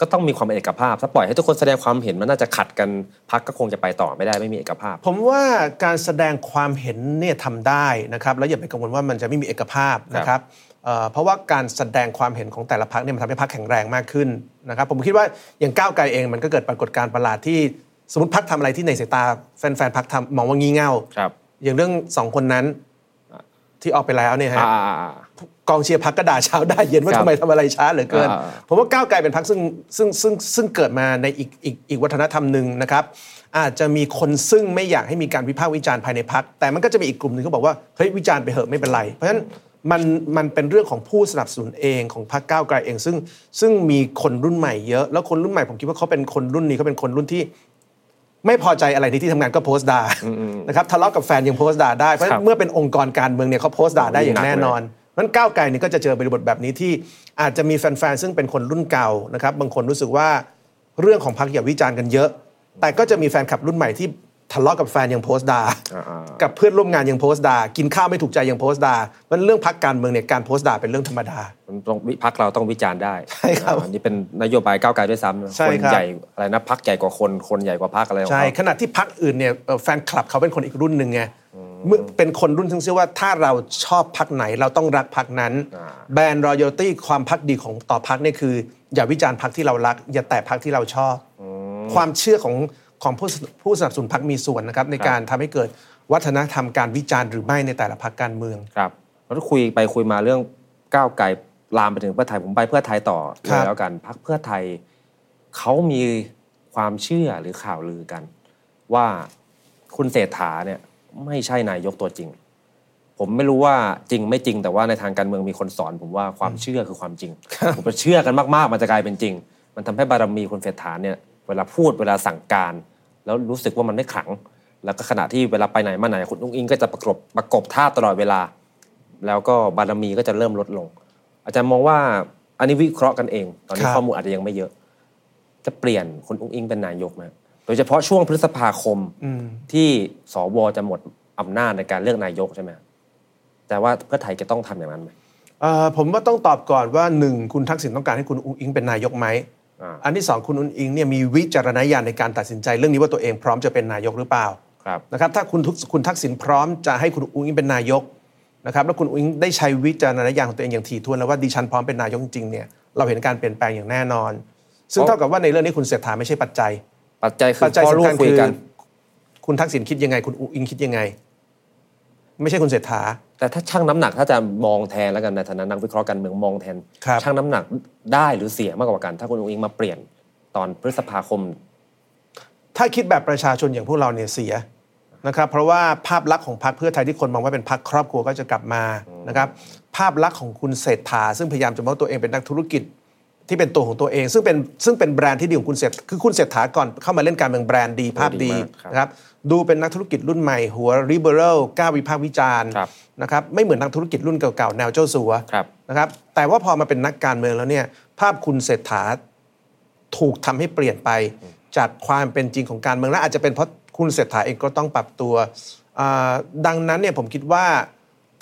ก็ต้องมีความเป็นเอกภาพ ถ้าปล่อยให้ทุกคนแสดงความเห็นมันน่าจะขัดกันพักก็คงจะไปต่อไม่ได้ไม่มีเอกภาพ
ผมว่าการแสดงความเห็นเนี่ยทำได้นะครับ แล้วอย่าไปกังวลว่ามันจะไม่มีเอกภาพนะครับเอ่อเพราะว่าการแสดงความเห็นของแต่ละพักเนี่ยมันทำให้พักแข็งแรงมากขึ้นนะครับ ผมคิดว่าอย่างก้าวไกลเองมันก็เกิดปรากฏการณ์ประหลาดที่สมมติพักทำอะไรที่ในสายตาแฟนๆพักทำมองว่างี่เง่า
ครับ
อย่างเรื่องสองคนนั้นที่ออกไปแล้วเนี่ยฮะ
อ่าอ่าอ่า
กองเชียร์พักก็ด่าเช้าได้เย็นว่า
ครับ
ทำไมทำอะไรช้าเหลือเกิน
อ่า
ผมว่าก้าวไกลเป็นพักซึ่งซึ่งซึ่งซึ่งเกิดมาในอีกอีกอีกวัฒนธรรมหนึ่งนะครับ อาจจะมีคนซึ่งไม่อยากให้มีการวิพากษ์วิจารณ์ภายในพัก แต่มันก็จะมีอีกกลุ่มหนึ่งเขาบอกว่าเฮ้ยวิจารณ์ไปเหอะไม่เป็นไร เพราะฉะนั้นมันมันเป็นเรื่องของผู้สนับสนุนเองของพรรคก้าวไกลเอง ซึ่งซึ่งมีคนรุ่นใหม่เยอะแล้วคนรุ่นใหม่ผมคิดว่าเขาเป็นคนรุ่นนี้เขาเป็นคนรุ่นที่ ไม่พอใจอะไรในที่ทำงานก็โพสต์ด่านะครับทะเลาะกับแฟนยังโพสต์ด่าได้เพราะฉะ
ครั
นั้น
บ
เมื่อเป็นองค์กรการเมืองเนี่ยเขาโพสต์ด่าได้อย่าง
หนักเลย
แน่นอนนั้นก้าวไกลเนี่ยก็จะเจอบริบทแบบนี้ที่อาจจะมีแฟนๆซึ่งเป็นคนรุ่นเก่านะครับบางคนรู้สึกว่าเรื่องของพรรคอย่าวิจารณ์กันเยอะ แต่ก็จะมีแฟนคลับรุ่นใหม่ที่ทะเลาะกับแฟนยังโพสต์ด่า
อ่า
กับเพื่อนร่วมงานยังโพสต์ด่ากินข้าวไม่ถูกใจยังโพสต์ด่ามันเรื่องพรรคการเมืองเนี่ยการโพสต์ด่าเป็นเรื่องธรรมดา
มันต้องวิพักเราต้องวิจารณ์ได้
ใช่ครับ
อ่าอันนี้เป็นนโยบายก้าวไกลด้วยซ้ำนะ
ใช่
คน
ครับ
ใหญ่อะไรนะพักใหญ่กว่าคนคนใหญ่กว่าพักอะไรของ
ใช่
เขา
ขณะที่พักอื่นเนี่ยเอ่อแฟนคลับเขาเป็นคนอีกรุ่นหนึ่งไงเมื่อเป็นคนรุ่นที่เชื่อว่าถ้าเราชอบพักไหนเราต้องรักพักนั้น
อ่า
แบรนด์รอยัลตี้ความพักดีของต่อพักเนี่ยคือ อย่าวิจารณ์พักที่เรารัก อย่าแตะพักที่เราชอบ ความเชื่อของของผู้สผู้สนับสนุนพักมีส่วนนะครับ ในการทำให้เกิดวัฒนธรรมการวิจารณ์หรือไม่ในแต่ละพักการเมือง
ครับแล้วคุยไปคุยมาเรื่องก้าวไกลลามไปถึงเพื่อไทยผมไปเพื่อไทยต่อ
ค
เล
รับ
ยแล้วกันพักเพื่อไทยเขามีความเชื่อหรือข่าวลือกัน ว่าคุณเศรษฐาเนี่ยไม่ใช่นายกตัวจริง ผมไม่รู้ว่าจริงไม่จริง แต่ว่าในทางการเมืองมีคนสอน ผมว่าความเชื่อคือความจริง ผมว่าเชื่อกันมากๆ มันจะกลายเป็นจริง มันทำให้บารมีคุณเศรษฐาเนี่ยเวลาพูดเวลาสั่งการ แล้วรู้สึกว่ามันไม่ขลัง แล้วก็ขณะที่เวลาไปไหนมาไหนคุณอุ้งอิงก็จะประกบประกบท่าตลอดเวลา แล้วก็บารมีก็จะเริ่มลดลง อาจารย์มองว่าอันนี้วิเคราะห์กันเอง ตอนนี้
ครับ
ข้อมูลอาจจะยังไม่เยอะ จะเปลี่ยนคุณอุ้งอิงเป็นนายกไหมโดยเฉพาะช่วงพฤษภาคมที่สวจะหมดอำนาจในการเลือกนายกใช่ไหมแต่ว่าเพื่อไทยจะต้องทำอย่างนั้นไหม
เอ่อผมว่าต้องตอบก่อนว่าหนึ่งคุณทักษิณต้องการให้คุณอุ้งอิงเป็นนายกไหม
อ่า
อันที่สองคุณอุ้งอิงเนี่ยมีวิจารณญาณในการตัดสินใจ เรื่องนี้ว่าตัวเองพร้อมจะเป็นนายกหรือเปล่า
ครับ
นะครับถ้าคุณทุกคุณทักษิณพร้อมจะให้คุณอุ้งอิงเป็นนายกนะครับแล้วคุณอุ้งอิ๊งได้ใช้วิจารณญาณของตัวเองอย่างถี่ถ้วนแล้วว่าดิฉันพร้อมเป็นนายกจริงๆเนี่ย เราเห็นการเปลี่ยนแปลงอย่างแน่นอน ซึ่งเท่ากับว่าในเรื่องนี้คุณเศรษฐาไม่ใช่ปัจจัย
ปัจจัยคื
ปัจ
อ
จัย
ข้อร่ว
สำคั
ม
ญ
คุ
คื
ย
อ
กัน
คุณทักษิณคิดยังไง คุณอุอิงคิดยังไง ไม่ใช่คุณเศรษฐา
แต่ถ้าชั่งน้ำหนักถ้าจะมองแทนแล้วกันในฐานะนักวิเคราะห์การเมืองมองแทน
ครับ
ชั่งน้ำหนักได้หรือเสียมากกว่ากัน ถ้าคุณอุ้งอิงมาเปลี่ยนตอนพฤษภาคม
ถ้าคิดแบบประชาชนอย่างพวกเราเนี่ยเสียนะครับ เพราะว่าภาพลักษณ์ของพรรคเพื่อไทยที่คนมองว่าเป็นพรรคครอบครัวก็จะกลับมานะครับภาพลักษณ์ของคุณเศรษฐา ซึ่งพยายามจะมองว่าตัวเองเป็นนักธุรกิจที่เป็นตัวของตัวเอง ซึ่งเป็นซึ่งเป็นแบรนด์ที่ดีของคุณเศรษฐคือคุณเศรษฐาก่อนเข้ามาเล่นการเมืองแบรนด์ดีภาพดี
ดีมากครับ
นะครับดูเป็นนักธุรกิจรุ่นใหม่ หัวริเบอรัลกล้าวิพากษ์วิจารณ์
ครับ
นะครับไม่เหมือนนักธุรกิจรุ่นเก่าๆแนวเจ้าสัว
ครับ
นะครับแต่ว่าพอมาเป็นนักการเมืองแล้วเนี่ยภาพคุณเศรษฐาถูกทำให้เปลี่ยนไป จากความเป็นจริงของการเมืองและอาจจะเป็นเพราะคุณเศรษฐาเองก็ต้องปรับตัวอ่าดังนั้นเนี่ยผมคิดว่า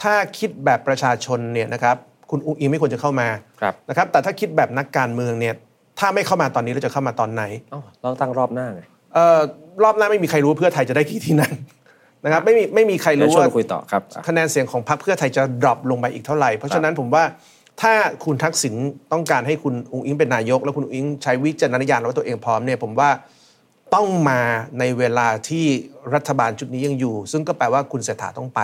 ถ้าคิดแบบประชาชนเนี่ยนะครับคุณอุ้งอิงไม่ควรจะเข้ามา
ครับ
นะครับแต่ถ้าคิดแบบนักการเมืองเนี่ยถ้าไม่เข้ามาตอนนี้เราจะเข้ามาตอนไหน
เอ้าเราตั้งรอบหน้าไง
เอ่อรอบหน้าไม่มีใครรู้ว่าเพื่อไทยจะได้กี่ที่นั่งนะครับไม่มีไม่มีใครรู้
เดี๋ยวช่ว
ว่าง
คุยต่อครับอ่ะ
คะแนนเสียงของพรรคเพื่อไทยจะดรอปลงไปอีกเท่าไหร่ เพราะฉะนั้นผมว่าถ้าคุณทักษิณต้องการให้คุณอุ้งอิงเป็นนายก แล้วคุณอุ้งอิงใช้วิจารณญาณว่าตัวเองพร้อมเนี่ยผมว่าต้องมาในเวลาที่รัฐบาลชุดนี้ยังอยู่ ซึ่งก็แปลว่าคุณเศรษฐาต้องไป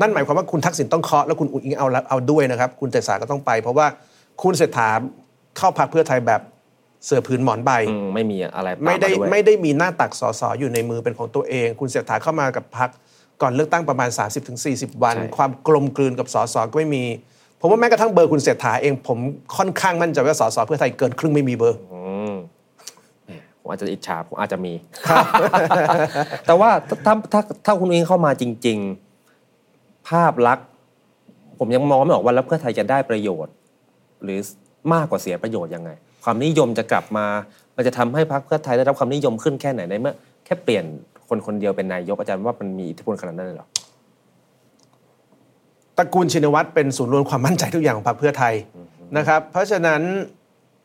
นั่นหมายความว่าคุณทักษิณต้องเคาะแล้วคุณอุ้งอิงเอาละเอาด้วยนะครับคุณเศรษฐาก็ต้องไป เพราะว่าคุณเศรษฐาเข้าพรรคเพื่อไทยแบบเสือผืนหมอนใบ
อืมไม่มีอะไรตา
ไม่ได้
าวย
ไม่ได้มีหน้าตักสอสออยู่ในมือเป็นของตัวเอง คุณเสถาเข้ามากับพักก่อนเลือกตั้งประมาณ 30-40 วัน ความกลมกลืนกับสอสอก็ไม่มี ผมว่าแม้กระทั่งเบอร์คุณเสถาเองผมค่อนข้างมั่นใจว่าสอสอเพื่อไทยเกินครึ่งไม่มีเบอร์
อืมแหมผมอาจจะอิจฉาผมอาจจะมี [LAUGHS] แต่ว่าถ้าถ้าถ้าคุณอุ้งอิงเข้ามาจริง ๆ ภาพลักษณ์ผมยังมองไม่ออกว่าแล้วเพื่อไทยจะได้ประโยชน์ หรือมากกว่าเสียประโยชน์ยังไง ความนิยมจะกลับมา มันจะทำให้พรรคเพื่อไทยได้รับความนิยมขึ้นแค่ไหนในเมื่อแค่เปลี่ยนคนคนเดียวเป็นนายกอาจารย์ว่ามันมีอิทธิพลขนาดนั้นเลยเหรอ
ตระกูลชินวัตรเป็นศูนย์รวมความมั่นใจทุกอย่างของพรรคเพื่อไทยนะครับ เพราะฉะนั้น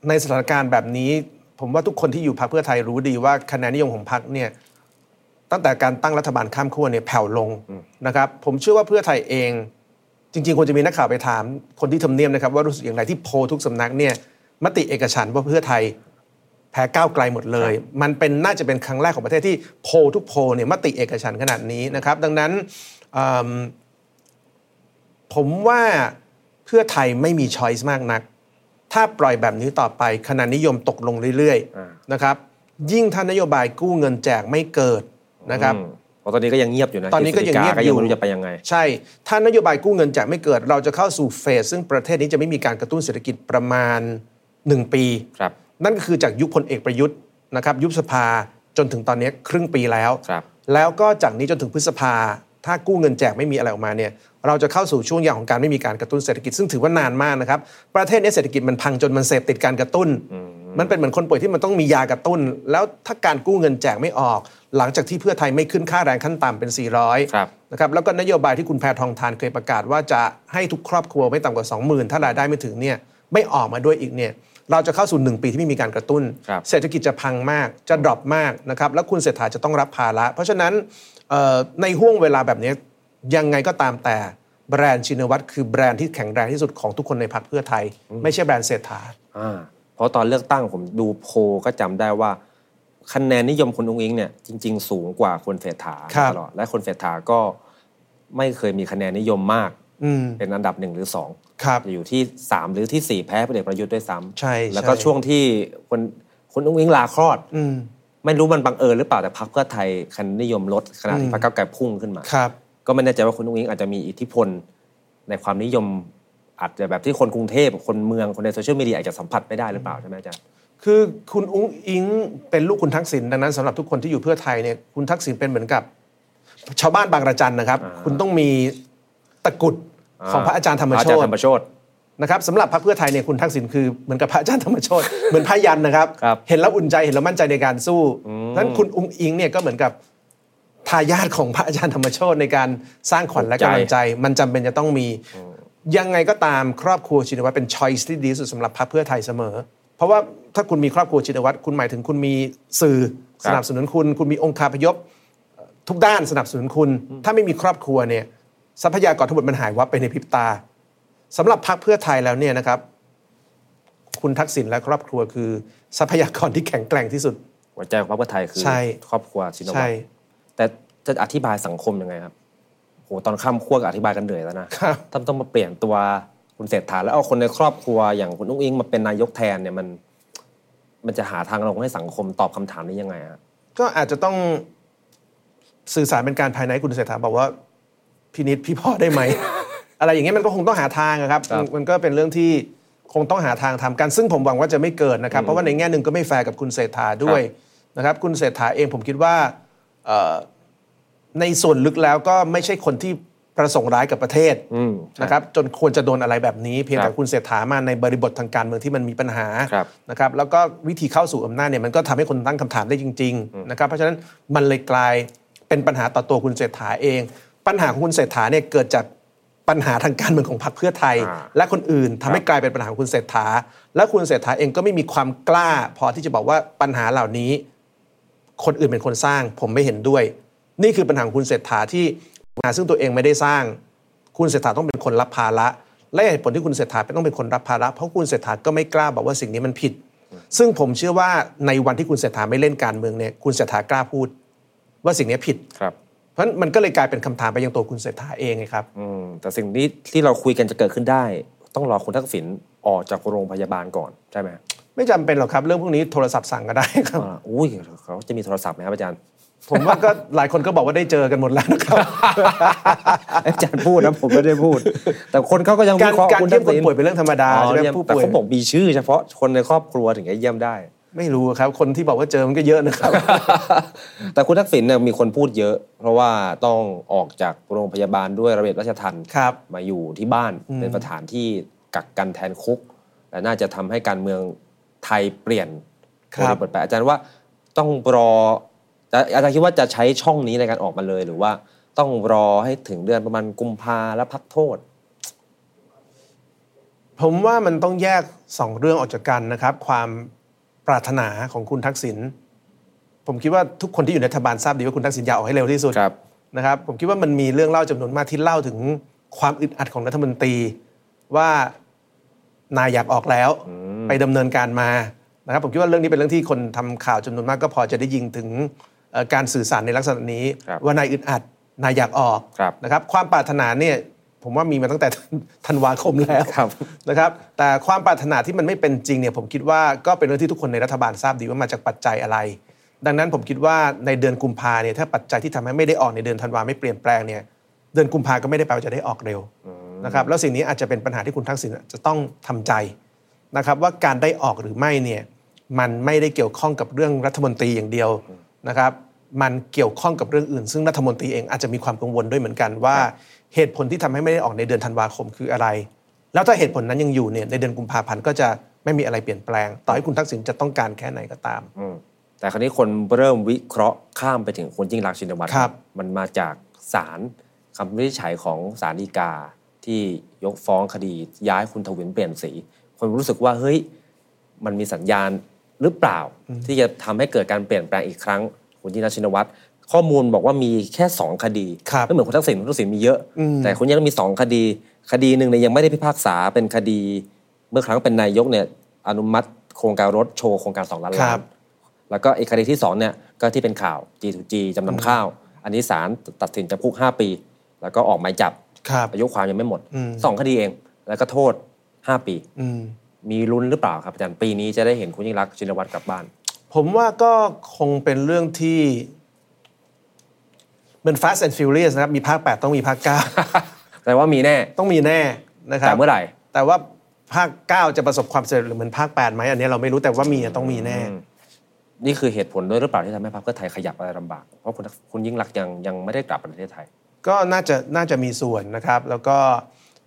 ในสถานการณ์แบบนี้ ผมว่าทุกคนที่อยู่พรรคเพื่อไทยรู้ดีว่าคะแนนนิยมของพรรคเนี่ยตั้งแต่การตั้งรัฐบาลข้ามขั้วเนี่ยแผ่วลงนะครับผมเชื่อว่าเพื่อไทยเอง จริงๆควรจะมีนักข่าวไปถามคนที่ทำเนียมนะครับ ว่ารู้สึกอย่างไรที่โพลทุกสำนักเนี่ยมติเอกฉันท์ว่าเพื่อไทยแพ้ก้าวไกลหมดเลย มันเป็นน่าจะเป็นครั้งแรกของประเทศที่โพลทุกโพลเนี่ยมติเอกฉันท์ขนาดนี้นะครับ ดังนั้นเอิ่ม ผมว่าเพื่อไทยไม่มีช้อยส์มากนัก ถ้าปล่อยแบบนี้ต่อไปคะแนนนิยมตกลงเรื่อย
อ่า
ๆนะครับ ยิ่งถ้านโยบายกู้เงินแจกไม่เกิดนะครับ
อืมเพราะตอนนี้ก็ยังเงียบอยู่นะ
ตอนนี้ก็ยังเงียบ
กฤษฎีกาก็
อ
ยัง
ยู่
ไม่รู้จะไปยังไง
ใช่ ถ้านโยบายกู้เงินจากไม่เกิด เราจะเข้าสู่เฟส ซึ่งประเทศนี้จะไม่มีการกระตุ้นเศรษฐกิจประมาณ 1 ปี
ครับ
นั่นก็คือจากยุคพลเอกประยุทธ์นะครับ ยุบสภาจนถึงตอนนี้ครึ่งปีแล้ว
ครับ
แล้วก็จากนี้จนถึงพฤษภา ถ้ากู้เงินแจกไม่มีอะไรออกมาเนี่ย เราจะเข้าสู่ช่วงยาวของการไม่มีการกระตุ้นเศรษฐกิจซึ่งถือว่านานมากนะครับ ประเทศนี้เศรษฐกิจมันพังจนมันเสพติดการกระตุ้น มันเป็นเหมือนคนป่วยที่มันต้องมียากระตุ้น แล้วถ้าการกู้เงินแจกไม่ออก หลังจากที่เพื่อไทยไม่ขึ้นค่าแรงขั้นต่ำเป็น 400
ครับ
นะครับแล้วก็นโยบายที่คุณแพทองทานเคยประกาศว่าจะให้ทุกครอบครัวไม่ต่ำกว่า 20,000 ถ้ารายได้ไม่ถึงเนี่ยไม่ออกมาด้วยอีกเนี่ยเราจะเข้าสู่หนึ่งปีที่ไม่มีการกระตุ้น
ครับ
เศรษฐกิจจะพังมากจะดรอปมากนะครับแล้วคุณเศรษฐาจะต้องรับภาระ เพราะฉะนั้นเอ่อในห่วงเวลาแบบนี้ยังไงก็ตามแต่แบรนด์ชินวัตรคือแบรนด์ที่แข็งแรงที่สุดของทุกคนในพรรคเพื่อไทย ไม่ใช่แบรนด์เศรษฐา
อ่าเพราะตอนเลือกตั้งผมดูโพลก็จำได้ว่า คะแนนนิยมคุณอุ้งอิงเนี่ยจริง ๆ สูงกว่าคนเศรษฐา
ครับ
ตลอดและคนเศรษฐาก็ไม่เคยมีคะแนนนิยมมาก
อืม
เป็นอันดับหนึ่งหรือสอง
ครับ
อยู่ที่ 3 หรือที่ 4 แพ้พลเอกประยุทธ์ด้วยซ้ำ
ใช่ใช่
แล้วก็ช่วงที่คนคุณอุ้งอิงลาคลอด
อืม
ไม่รู้มันบังเอิญหรือเปล่าแต่พรรคเพื่อไทยคะแนนนิยมลดขณะที่พรรคก้าวไกลพุ่งขึ้นมา
ครับ
ก็ไม่แน่ใจว่าคุณอุ้งอิงอาจจะมีอิทธิพลในความนิยมอาจจะแบบที่คนกรุงเทพคนเมืองคนในโซเชียลมีเดียอาจจะสัมผัสไม่ได้หรือเปล่าใช่ไหมอาจารย์
คือคุณอุ้งอิงเป็นลูกคุณทักษิณดังนั้นสำหรับทุกคนที่อยู่เพื่อไทยเนี่ยคุณทักษิณเป็นเหมือนกับ ชาวบ้านบางระจันนะครับ คุณต้องมีตะกรุดของพระอาจารย์ธรรม
พะ
โช
อาจาร
ต
ย์ธรรมโชต
นะครับสำหรับพรรคเพื่อไทยเนี่ยคุณทักษิณคือเหมือนกับพระอาจารย์ธรรมโชต เหมือนพระยันนะครับ
ครับ
เห็นแล้วอุ่นใจเห็นแล้วมั่นใจในการสู้ดังนั้นคุณอุ้งอิงเนี่ยก็เหมือนกับทายาทของพระอาจารย์ธรรมโชตในการสร้างขวัญและกำลังใจ มันจำเป็นจะต้องมี ยังไงก็ตามครอบครัวชินวัตรเป็นช้อยส์ที่ดีที่สุดสำหรับพรรคเพื่อไทยเสมอ เพราะว่าถ้าคุณมีครอบครัวชินวัตรคุณหมายถึงคุณมีสื่อ
ครั
ส
บ
นับสนุนคุณ คุณมีองค์คาพยพเอ่อทุกด้านสนับสนุนคุณ ถ้าไม่มีครอบครัวเนี่ยทรัพยากรทั้งหมดมันหายวับไปในพริบตาสำหรับพรรคเพื่อไทยแล้วเนี่ยนะครับ คุณทักษิณและครอบครัวคือ ทรัพยากรที่แข็งแกร่งที่สุด
หัวใจของพรรคเพื่อไทยคือ
ใช่
ครอบครัวชินวั
ใช่
ตรแต่จะอธิบายสังคมยังไงครับโหตอนข้ามขั้วก็อธิบายกันเหนื่อยแล้วนะครับ ถ้าต้องมาเปลี่ยนตัวคุณเศรษฐาแล้วเอาคนในครอบครัวอย่างคุณอุ้งอิงมาเป็นนายกแทนเนี่ยมัน มันจะหาทางลงให้สังคมตอบคำถามนี้ยังไงฮะ
ก็อาจจะต้องสื่อสารเป็นการภายในคุณเศรษฐาบอกว่าพินิษพี่พ่อ [LAUGHS] ได้ไหม อะไรอย่างเงี้ยมันก็คงต้องหาทางอะครับมันมันก็เป็นเรื่องที่คงต้องหาทางทำกันซึ่งผมหวังว่าจะไม่เกิดนะครับ เพราะว่าในแง่หนึ่งก็ไม่แฟร์กับคุณเศรษฐาด้วยนะครับ คุณเศรษฐาเองผมคิดว่าเอ่อในส่วนลึกแล้วก็ไม่ใช่คนที่ประสงค์ร้ายกับประเทศ
อืม
นะครับจนควรจะโดนอะไรแบบนี้ เพีย
ค
ง
รั
แต่
บ
คุณเศรษฐามาในบริบททางการเมืองที่มันมีปัญหา
ครับ
นะครับแล้วก็วิธีเข้าสู่อำนาจเนี่ยมันก็ทำให้คนตั้งคำถามได้จริงๆนะครับเพราะฉะนั้นมันเลยกลายเป็นปัญหาต่อตัวคุณเศรษฐาเอง ปัญหาของคุณเศรษฐาเนี่ยเกิดจากปัญหาทางการเมืองของพรรคเพื่อไทย
อ่า
และคนอื่นทำให้กลายเป็นปัญหาของคุณเศรษฐา และคุณเศรษฐาเองก็ไม่มีความกล้า พอที่จะบอกว่าปัญหาเหล่านี้ คนอื่นเป็นคนสร้าง ผมไม่เห็นด้วย นี่คือปัญหาของคุณเศรษฐาที่ปัญหาซึ่งตัวเองไม่ได้สร้าง คุณเศรษฐาต้องเป็นคนรับภาระ และเหตุผลที่คุณเศรษฐาต้องเป็นคนรับภาระเพราะคุณเศรษฐาก็ไม่กล้าบอกว่าสิ่งนี้มันผิด ซึ่งผมเชื่อว่าในวันที่คุณเศรษฐาไม่เล่นการเมืองเนี่ยคุณเศรษฐากล้าพูด ว่าสิ่งนี้ผิด
ครับ
เพราะฉะนั้นมันก็เลยกลายเป็นคำถามไปยังตัวคุณเศรษฐาเองไงครับ
อืมแต่สิ่งที่ที่เราคุยกันจะเกิดขึ้นได้ ต้องรอคุณทักษิณออกจากโรงพยาบาลก่อนใช่ไหมฮะ
ไม่จำเป็นหรอกครับเรื่องพวกนี้โทรศัพท์สั่งก็ได้ครับ
อ่าอุ้ยเขาจะมีโทรศัพท์ไหมครับอาจารย์
ผมว่าก็หลายคนก็บอกว่าได้เจอกันหมดแล้วนะครับ [LAUGHS]
อาจารย์พูดนะ [LAUGHS] ผมไม่ได้พูด แต่คนเขาก็ยัง
การ
วิเคราะห์
การ
คุณ
เยี่ยม
ทัก
คน
ษิณ
ป่วยเป็นเรื่องธรรมดา
อ๋อ
ใช่ไหม
เยี่ยม
ผู้
แต่
ป่วย
เขาบอกมีชื่อเฉพาะคนในครอบครัวถึงจะเยี่ยมได้ [LAUGHS]
ไม่รู้ครับ คนที่บอกว่าเจอมันก็เยอะนะครับ
แต่คุณทักษิณเนี่ยมีคนพูดเยอะ เพราะว่าต้องออกจากโรงพยาบาลด้วยระเบียบราชทัณฑ์
ครับ
มาอยู่ที่บ้านเป็นสถานที่กักกันแทนคุก และน่าจะทำให้การเมืองไทยเปลี่ยน
ครับ
บทบาทอาจารย์ว่าต้องรออาอาจารย์คิดว่าจะใช้ช่องนี้ในการออกมาเลย หรือว่าต้องรอให้ถึงเดือนประมาณกุมภาแล้วพักโทษ
ผมว่ามันต้องแยกสองเรื่องออกจากกันนะครับ ความปรารถนาของคุณทักษิณผมคิดว่าทุกคนที่อยู่ในรัฐบาลทราบดีว่าคุณทักษิณอยากออกให้เร็วที่สุด
ครับ
นะครับ ผมคิดว่ามันมีเรื่องเล่าจำนวนมากที่เล่าถึงความอึดอัดของรัฐมนตรี ว่านายอยากออกแล้วไปดำเนินการมานะครับ ผมคิดว่าเรื่องนี้เป็นเรื่องที่คนทำข่าวจำนวนมากก็พอจะได้ยิงถึงเอ่อการสื่อสารในลักษณะนี้
ครับ
ว่านายอึดอัดนายอยากออก
ครับ
นะครับ ความปรารถนาเนี่ยผมว่ามีมาตั้งแต่ [LAUGHS] ธันวาคมแล้ว
ครับ
นะครับแต่ความปรารถนาที่มันไม่เป็นจริงเนี่ยผมคิดว่าก็เป็นเรื่องที่ทุกคนในรัฐบาลทราบดีว่ามาจากปัจจัยอะไร ดังนั้นผมคิดว่าในเดือนกุมภาเนี่ยถ้าปัจจัยที่ทำให้ไม่ได้ออกในเดือนธันวาไม่เปลี่ยนแปลงเนี่ยเดือนกุมภาก็ไม่ได้แปลว่าจะได้ออกเร็วนะครับแล้วสิ่งนี้อาจจะเป็นปัญหาที่คุณทักษิณจะต้องทำใจนะครับว่าการได้ออกหรือไม่เนี่ยมันไม่ได้เกี่ยวข้องกับเรื่องรัฐมนตรีอย่างเดียวนะครับมันเกี่ยวข้องกับเรื่องอื่น ซึ่งรัฐมนตรีเองอาจจะมีความกังวลด้วยเหมือนกันว่า เหตุผลที่ทำให้ไม่ได้ออกในเดือนธันวาคมคืออะไร แล้วถ้าเหตุผลนั้นยังอยู่เนี่ยในเดือนกุมภาพันธ์ก็จะไม่มีอะไรเปลี่ยนแปลง ต่อให้คุณทักษิณจะต้องการแค่ไหนก็ตาม
อืมแต่คราวนี้คนเริ่มวิเคราะห์ข้ามไปถึงคุณยิ่งรักษณ์ชินวัตร
ครับ
มันมาจากศาลคำวินิจฉัยของศาลฎีกาที่ยกฟ้องคดีย้ายคุณทวินเปลี่ยนสี คนรู้สึกว่าเฮ้ยมันมีสัญญาณหรือเปล่า ที่จะทำให้เกิดการเปลี่ยนแปลงอีกครั้ง คุณยิ่งรักษณ์ชินวัตรข้อมูลบอกว่ามีแค่สองคดี
ครับ
ไม่เหมือนคุณทักษิณคุณทักษิณมีเยอะ
อืม
แต่คุณยิ่งรักษณ์มีสองคดี คดีหนึ่งเนี่ยยังไม่ได้พิพากษาเป็นคดี เมื่อครั้งเป็นนายกเนี่ยอนุมัติโครงการรถโชว์โครงการสองล้าน
ครั
ล้าน
บ
แล้วก็อีกคดีที่2เนี่ยก็ที่เป็นข่าว G2G จำนำข้าว อันนี้ศาลตัดสินจำคุก 5 ปี แล้วก็ออกหมายจับ
ครับ
อายุความยังไม่หมด
อืม
2 คดีเอง แล้วก็โทษ 5 ปี
อืม
มีลุ้นหรือเปล่าครับอาจารย์ปีนี้จะได้เห็นคุณยิ่งรักษณ์ชินวัตรกลับบ้าน [LAUGHS]
ผมว่าก็คงเป็นเรื่องที่เหมือน Fast and Furious นะครับ มีภาค 8 ต้องมีภา [LAUGHS] ค
แต่ว่ามีแน่
9 ต้องมีแน่นะครับ
แต่เมื่อไหร่
แต่ว่าภาค 9 จะประสบความสำเร็จหรือเหมือนภาค 8 ไหมอันเนี้ยเราไม่รู้แต่ว่ามีอะต้องมีแน่
นี่คือเหตุผลด้วยหรือเปล่าที่ทำให้พรรคเพื่อไทยขยับอะไรลำบาก เพราะคุณคุณยิ่งรักษณ์ยังยังไม่ได้กลับประเทศไทย
ก็น่าจะน่าจะมีส่วนนะครับ แล้วก็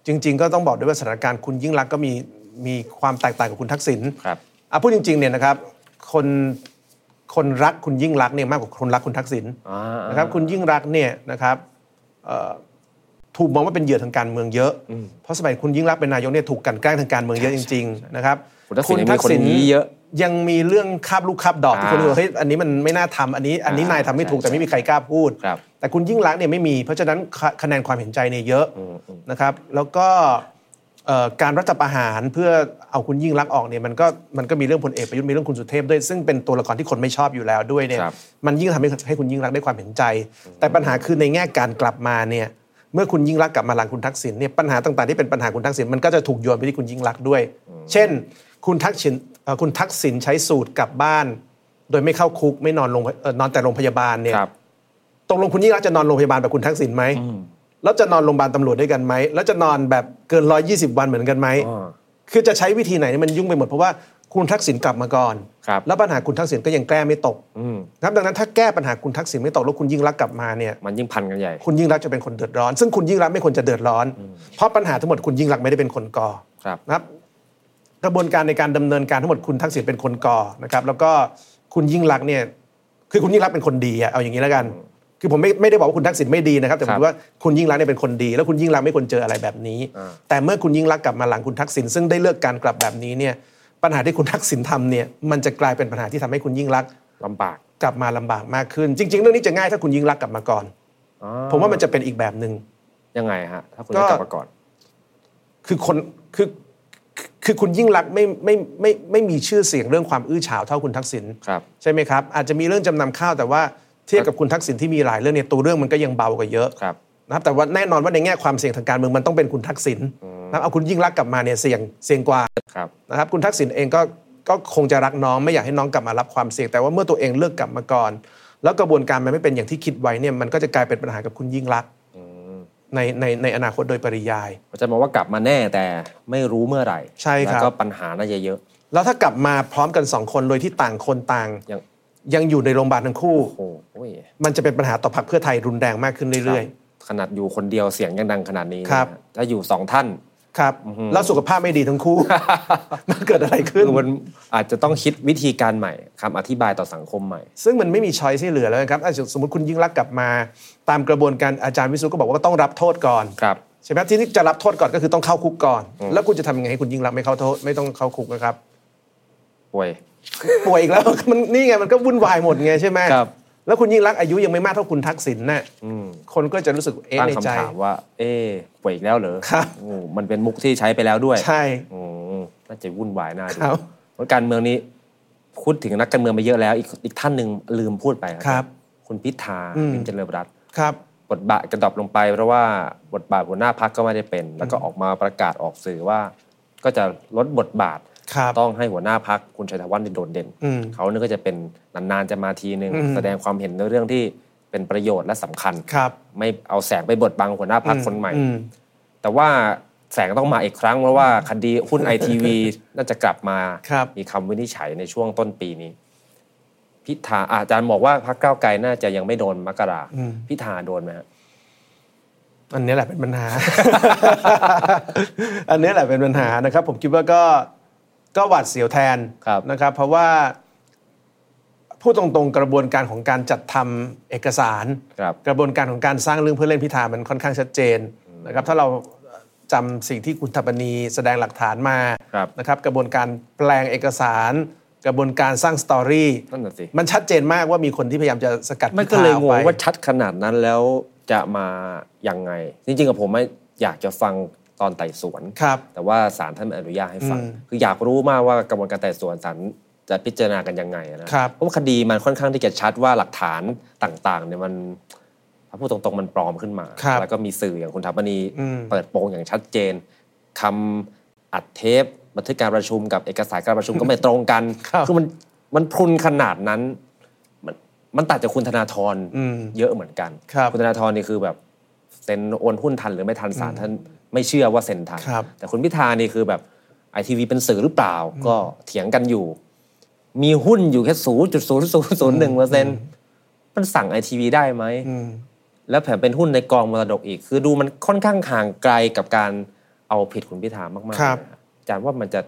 จริง ๆ ก็ต้องบอกด้วยว่าสถานการณ์คุณยิ่งรักษณ์ก็มีมีความแตกต่างกับคุณทักษิณ
ครับ
อ่ะพูดจริงๆเนี่ยนะครับคนคนรักคุณยิ่งรักษณ์เนี่ยมากกว่าคนรักคุณทักษิณ
อ่าๆ
นะครับคุณยิ่งรักษณ์เนี่ยนะครับเอ่อถูกมองว่าเป็นเหยื่อทางการเมืองเยอะ เพราะสมัยคุณยิ่งรักษณ์เป็นนายกเนี่ยถูกกลันแกล้งทางการเมืองเยอะจริงๆนะครับ
คุณทักษิณยังมีคนอย่างนี้เยอะ
ยังมีเรื่องคาบลูกคาบดอกที่คนรู้ว่า
อ่า
เฮ้ยอันนี้มันไม่น่าทำอันนี้ อันนี้นายทำไม่ถูก
ใช่
แต่ไม่มีใครกล้าพูด
ครับ
แต่คุณยิ่งรักษณ์เนี่ยไม่มี เพราะฉะนั้นคะคะแนนความเห็นใจเนี่ยเยอะนะครับ แล้วก็ เอ่อการรัฐประหารเพื่อเอาคุณยิ่งรักษณ์ออกเนี่ยมันก็มันก็มีเรื่องพลเอกประยุทธ์มีเรื่องคุณสุเทพด้วยซึ่งเป็นตัวละครที่คนไม่ชอบอยู่แล้วด้วยเนี่ย
ครับ
มันยิ่งทำให้ให้คุณยิ่งรักษณ์ได้ความเห็นใจ แต่ปัญหาคือในแง่การกลับมาเนี่ยเมื่อคุณยิ่งรักษณ์กลับมาหลังคุณทักษิณเนี่ยปัญหาต่างๆที่เป็นปัญหาคุณทักษิณมันก็จะถูกโยนไปที่คุณยิ่งรักษณ์ด้วย เช่น คุณทักษิณเอ่อคุณทักษิณใช้สูตรกลับบ้าน โดยไม่เข้าคุกไม่นอนโรงเอ่อนอนแต่โรงพยาบาลเนี่ย
ครับ
ตกลงคุณยิ่งรักษณ์จะนอนโรงพยาบาลแบบคุณทักษิณไหม แล้วจะนอนโรงพยาบาลตำรวจด้วยกันไหม แล้วจะนอนแบบเกิน 120 วันเหมือนกันไหม
อ่า
คือจะใช้วิธีไหนเนี่ยมันยุ่งไปหมด เพราะว่าคุณทักษิณกลับมาก่อน
ครับ
แล้วปัญหาคุณทักษิณก็ยังแก้ไม่ตก
อืม
ครับดังนั้นถ้าแก้ปัญหาคุณทักษิณไม่ตกแล้วคุณยิ่งรักษณ์กลับมาเนี่ย
มันยิ่งพันกันใหญ่
คุณยิ่งรักษณ์จะเป็นคนเดือดร้อน ซึ่งคุณยิ่งรักษณ์ไม่ควรจะเดือดร้อน เพราะปัญหาทั้งหมดคุณยิ่งรักษณ์ไม่ได้เป็นคนก่อ
ครับ
นะครับกระบวนการในการดำเนินการทั้งหมดคุณทักษิณเป็นคนก่อนะครับ แล้วก็คุณยิ่งรักษณ์เนี่ยคือคุณยิ่งรักษณ์เป็นคนดีอะเอาอย่างนี้แล้วกัน คือผมไม่ไม่ได้บอกว่าคุณทักษิณไม่ดีนะครับ แต่ผม
ครับ
ว่าคุณยิ่งรักษณ์เนี่ยเป็นคนดี แล้วคุณยิ่งรักษณ์ไม่ควรเจออะไรแบบนี้
อ่า
แต่เมื่อคุณยิ่งรักษณ์กลับมาหลังคุณทักษิณซึ่งได้เลือกการกลับแบบนี้เนี่ยปัญหาที่คุณทักษิณทำเนี่ยมันจะกลายเป็นปัญหาที่ทำให้คุณยิ่งรักษณ์
ลำบาก
กลับมาลำบากมากขึ้น จริง ๆ เรื่องนี้จะง่ายถ้าคุณยิ่งรักษณ์กลับมาก่อน
อ๋อ
ผมว่ามันจะเป็นอีกแบบหนึ่ง
ยังไงฮะ ถ้าคุณ
ก็
จะกลับมาก่อน
คือคนคือคือคือคุณยิ่งรักษณ์ไม่ไม่ไม่ไม่มีชื่อเสียงเรื่องความอื้อฉาวเท่าคุณทักษิณ
ครับ
ใช่ไหมครับอาจจะมีเรื่องจำนำข้าวแต่ว่าเทียบกับคุณทักษิณที่มีหลายเรื่องเนี่ยตัวเรื่องมันก็ยังเบากว่าเยอะ
ครับ
นะครับแต่ว่าแน่นอนว่าในแง่ความเสี่ยงทางการเมืองมันต้องเป็นคุณทักษิณนะครับเอาคุณยิ่งรักษณ์กลับมาเนี่ยเสี่ยงเสี่ยงกว่า
ครับ
นะครับคุณทักษิณเองก็ก็คงจะรักน้องไม่อยากให้น้องกลับมารับความเสี่ยงแต่ว่าเมื่อตัวเองเลือกกลับมาก่อน แล้วกระบวนการมันไม่เป็นอย่างที่คิดไว้เนี่ยมันก็จะกลายเป็นปัญหากับคุณยิ่งรักษณ์ในในในอนาคตโดยปริยาย
อาจารย์บอกว่ากลับมาแน่แต่ไม่รู้เมื่อไหร่
ใช่ครับ
แล้วก็ปัญหาน่าจะเยอะ
แล้วถ้ากลับมาพร้อมกันสองคนโดยที่ต่างคนต่าง
อย่าง
ยังอยู่ในโรงพยาบาลทั้งคู่
โอ้โห
มันจะเป็นปัญหาต่อพรรคเพื่อไทยรุนแรงมากขึ้นเรื่อย
ๆขนาดอยู่คนเดียวเสียงยังดังขนาดนี้
ครับ
นะฮะถ้าอยู่สองท่าน
ๆ ครับ แล้วสุขภาพไม่ดีทั้ง
[LAUGHS]
คู่ มันเกิดอะไรขึ้น
คือมันอาจจะต้องคิดวิธีการใหม่คำอธิบายต่อสังคมใหม่
ซึ่งมันไม่มีช้อยที่เหลือแล้วนะครับอ่ะสมมติคุณยิ่งรักษณ์กลับมา ตามกระบวนการอาจารย์วิศนุก็บอกว่าก็ต้องรับโทษก่อน
ครับ
ใช่ไหมที่นี่จะรับโทษก่อนก็คือต้องเข้าคุกก่อน แล้วคุณจะทำยังไงให้คุณยิ่งรักษณ์ไม่เข้าโทษไม่ต้องเข้าคุกนะครับ
ป่วย
ป่วยอีกแล้ว [LAUGHS] มันนี่ไงมันก็วุ่นวายหมดไงใช่ไหม
ครับ
แล้วคุณยิ่งรักษณ์อายุยังไม่มากเท่าคุณทักษิณน่ะคนก็จะรู้สึกเอ๊ะ
ตั้ง
ในใจ
คำถามว่า เอ๊ะป่วยอีกแล้วเหรอ
ครับ
โอ้มันเป็นมุกที่ใช้ไปแล้วด้วย
ใช่
โอ้น่าจะวุ่นวายน่าดู
ครับ
เพราะการเมืองนี้พูดถึงนักการเมืองไปเยอะแล้ว อีกอีกท่านหนึ่งลืมพูดไป
ครับ
คุณพิธาลิมเจริญรัตน์
ครับ
บทบาทกระดรอบลงไป เพราะว่าบทบาทหัวหน้าพักก็ไม่ได้เป็น แล้วก็ออกมาประกาศออกสื่อว่า ก็จะลดบทบาท
ครับ
ต้องให้หัวหน้าพักคุณชัยธวัฒน์โดดเด่น
อืม
เขาเนี่ยก็จะเป็นนานๆจะมาทีหนึ่ง
อืม
แสดงความเห็นในเรื่องที่เป็นประโยชน์และสำคัญ
ครับ
ไม่เอาแสงไปบดบังหัวหน้าพักคนใหม่
อืม
แต่ว่าแสงต้องมาอีกครั้งเพราะว่าคดีหุ้นไอที
[LAUGHS]
วีน่าจะกลับมา
ครับ
มีคำวินิจฉัยในช่วงต้นปีนี้ พิธาอาจารย์บอกว่าพักเก้าวไกลน่าจะยังไม่โดนมกรา
อืม
พิธาโดนไหมฮะ
อันนี้แหละเป็นปัญหา [LAUGHS] อันนี้แหละเป็นปัญหานะครับ ผมคิดว่าก็ก็หวาดเสียวแทน
ครับ
นะครับ เพราะว่าพูดตรงๆกระบวนการของการจัดทำเอกสาร
ครับ
กระบวนการของการสร้างเรื่องเพื่อเล่นพิธามันค่อนข้างชัดเจนนะครับ ถ้าเราจำสิ่งที่คุณธปนีแสดงหลักฐานมา
ครับ
นะครับ กระบวนการแปลงเอกสาร กระบวนการสร้างสตอรี่
นั่นน่ะสิ
มันชัดเจนมากว่ามีคนที่พยายามจะสกัด
ไม่
พิ
ก็
ธา
เลย
อง อกไป
งว่าชัดขนาดนั้นแล้วจะมายังไง จริงๆกับผมไม่อยากจะฟังตอนไต่สวน
ครับ
แต่ว่าศาลท่านไม่อนุญาตให้ฟัง
อืม
คืออยากรู้มากว่ากระบวนการไต่สวนศาลจะพิจารณากันยังไงนะครับ เพราะว่าคดีมันค่อนข้างที่จะชัดว่าหลักฐานต่างๆเนี่ยมันถ้าพูดตรงๆมันปลอมขึ้นมา
ครับ
แล้วก็มีสื่ออย่างคุณถาปนี
อืม
เปิดโปงอย่างชัดเจนคำอัดเทป บันทึกการประชุมกับเอกสารการประชุมก็ไม่ตรงกัน คือมันมันพรุนขนาดนั้น มันมันตัดจากคุณธนาธร
อืม
เยอะเหมือนกัน
ครับ
คุณธนาธรนี่คือแบบเซ็นโอนหุ้นทันหรือไม่ทันศาลท่านไม่เชื่อว่าเซ็นทัน
ครับ
แต่คุณพิธานี่คือแบบไอทีวีเป็นสื่อหรือเปล่าก็เถียงกันอยู่ มีหุ้นอยู่แค่ศูนย์จุดศูนย์ศูนย์ศูนย์หนึ่งเปอร์เซ็นต์มันสั่งไอทีวีได้ไหม
อืม
แล้วแถมเป็นหุ้นในกองมรดกอีก คือดูมันค่อนข้างห่างไกลกับการเอาผิดคุณพิธามากๆ
ครับ
นะฮะอาจารย์ว่ามันจะ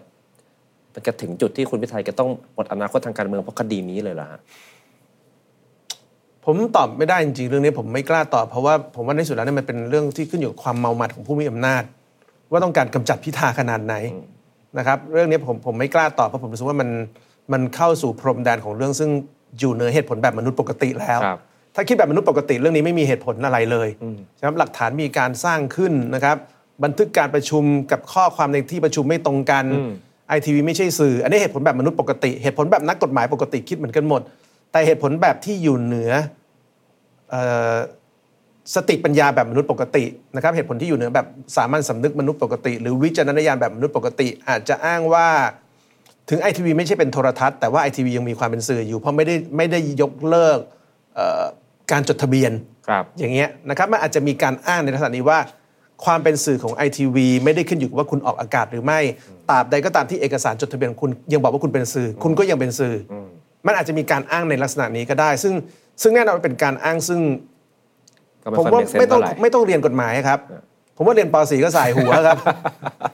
มันจะถึงจุดที่คุณพิธาจะต้องหมดอนาคตทางการเมืองเพราะคดีนี้เลยเหรอฮะ
ผมตอบไม่ได้จริงๆเรื่องนี้ผมไม่กล้าตอบเพราะว่าผมว่าในที่สุดแล้วเนี่ยมันเป็นเรื่องที่ขึ้นอยู่กับความเมามัดของผู้มีอำนาจ ว่าต้องการกำจัดพิธาขนาดไหนนะครับ เรื่องนี้ผมผมไม่กล้าตอบเพราะผมรู้สึกว่ามันมันเข้าสู่พรมแดนของเรื่องซึ่งอยู่เหนือเหตุผลแบบมนุษย์ปกติแล้ว
ครับ
ถ้าคิดแบบมนุษย์ปกติเรื่องนี้ไม่มีเหตุผลอะไรเลยใช่ไหมหลักฐานมีการสร้างขึ้นนะครับ บันทึกการประชุมกับข้อความในที่ประชุมไม่ตรงกันไอทีวีไม่ใช่สื่อ อันนี้เหตุผลแบบมนุษย์ปกติ เหตุผลแบบนักกฎหมายปกติคิดเหมือนกันหมด แต่เหตุผลแบบที่อยู่เหนือเอ่อสติปัญญาแบบมนุษย์ปกตินะครับเหตุผลที่อยู่เหนือแบบสามัญสำนึกมนุษย์ปกติ หรือวิจารณญาณแบบมนุษย์ปกติ อาจจะอ้างว่า ถึงไอทีวีไม่ใช่เป็นโทรทัศน์แต่ว่าไอทีวียังมีความเป็นสื่ออยู่ เพราะไม่ได้ไม่ได้ยกเลิกเอ่อการจดทะเบียน
ครับ
อย่างเงี้ยนะครับมันอาจจะมีการอ้างในลักษณะนี้ว่า ความเป็นสื่อของไอทีวีไม่ได้ขึ้นอยู่กับว่าคุณออกอากาศหรือไม่ตราบใดก็ตามที่เอกสารจดทะเบียนของคุณยังบอกว่าคุณเป็นสื่อ คุณก็ยังเป็นสื่ออมันอาจจะมีการอ้างในลักษณะนี้ก็ได้ ซึ่งซึ่งแน่นอนเป็นการอ้างซึ่ง
ก็ไม่
ผม
ค่อย
ว่า
เป็นเซน
ไม่ต้
เท่า
อ
ง ไหร่
ไม่ต้องเรียนกฎหมายครับ ผมว่าเรียนปสีก็สายหัว
[LAUGHS]
ครับ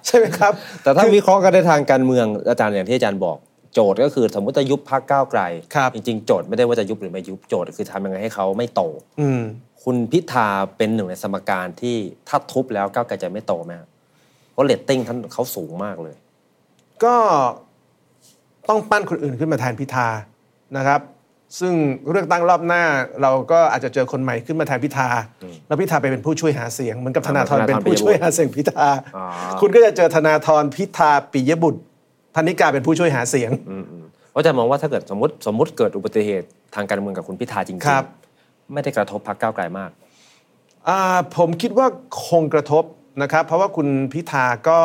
ใช่ไหมครับ
แต่ถ้าวิเคราะห์กันในทางการเมืองอาจารย์อย่างที่อาจารย์บอก โจทย์ก็คือสมมติจะยุบพรรคก้าวไกล
ครับ
จริงๆ โจทย์ไม่ได้ว่าจะยุบหรือไม่ยุบโจทย์คือทำยังไงให้เขาไม่โต
อืม
คุณพิธาเป็นหนึ่งในสมการที่ถ้าทุบแล้วก้าวไกลจะไม่โตไหมครับเพราะเรตติ้งท่านเขาสูงมากเลย
ก็ต้องปั้นคนอื่นขึ้นมาแทนพิธานะครับ ซึ่งเลือกตั้งรอบหน้าเราก็อาจจะเจอคนใหม่ขึ้นมาแทนพิธาแล้วพิธาไปเป็นผู้ช่วยหาเสียงเหมือนกับธนาธร
ธนาธร
เป็นผู้ช่วยหาเสียงพิธา
อ๋อ
คุณก็จะเจอธนาธรพิธาปิยบุตรธนิกาเป็นผู้ช่วยหาเสียง
เพราะอาจารย์มองว่าถ้าเกิดสมมติสมมติเกิดอุบัติเหตุทางการเมืองกับคุณพิธาจริง
ครับ
ๆไม่ได้กระทบพรรคก้าวไกลมาก
อ่าผมคิดว่าคงกระทบนะครับ เพราะว่าคุณพิธาก็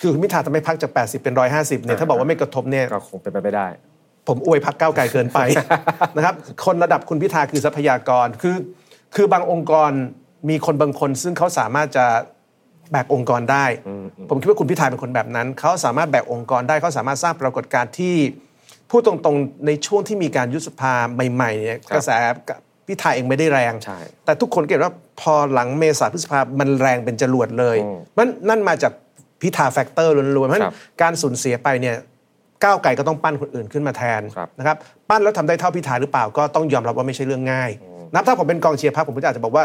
คือคุณพิธาทำให้พักจาก 80 เป็น 150เนี่ยถ้าบอกว่าไม่กระทบเนี่ย
ก็คงเป็นไปไม่ได้
ผมอวยพักก้าวไกลเกินไป [LAUGHS] นะครับ คนระดับคุณพิธาคือทรัพยากรคือ คือบางองค์กรมีคนบางคน ซึ่งเขาสามารถจะแบกองค์กรได้ ผมคิดว่าคุณพิธาเป็นคนแบบนั้น เขาสามารถแบกองค์กรได้เขาสามารถสร้างปรากฏการณ์ที่พูดตรงๆในช่วงที่มีการยุบสภาใหม่ๆเนี่ย
ครับ
กระแสพิธาเองไม่ได้แรง
ใช่
แต่ทุกคนก็เห็นว่าพอหลังเมษาพฤษภามันแรงเป็นจรวดเลยมันนั่นมาจากพิธาแฟกเตอร์ล้วนๆเพราะฉะ
ครั
นั้น
บ
การสูญเสียไปเนี่ย ก้าวไกลก็ต้องปั้นคนอื่นขึ้นมาแทน
ครับ
นะครับปั้นแล้วทำได้เท่าพิธาหรือเปล่าก็ต้องยอมรับว่าไม่ใช่เรื่องง่ายนับถ้าผมเป็นกองเชียร์พรรคผมก็อาจจะบอกว่า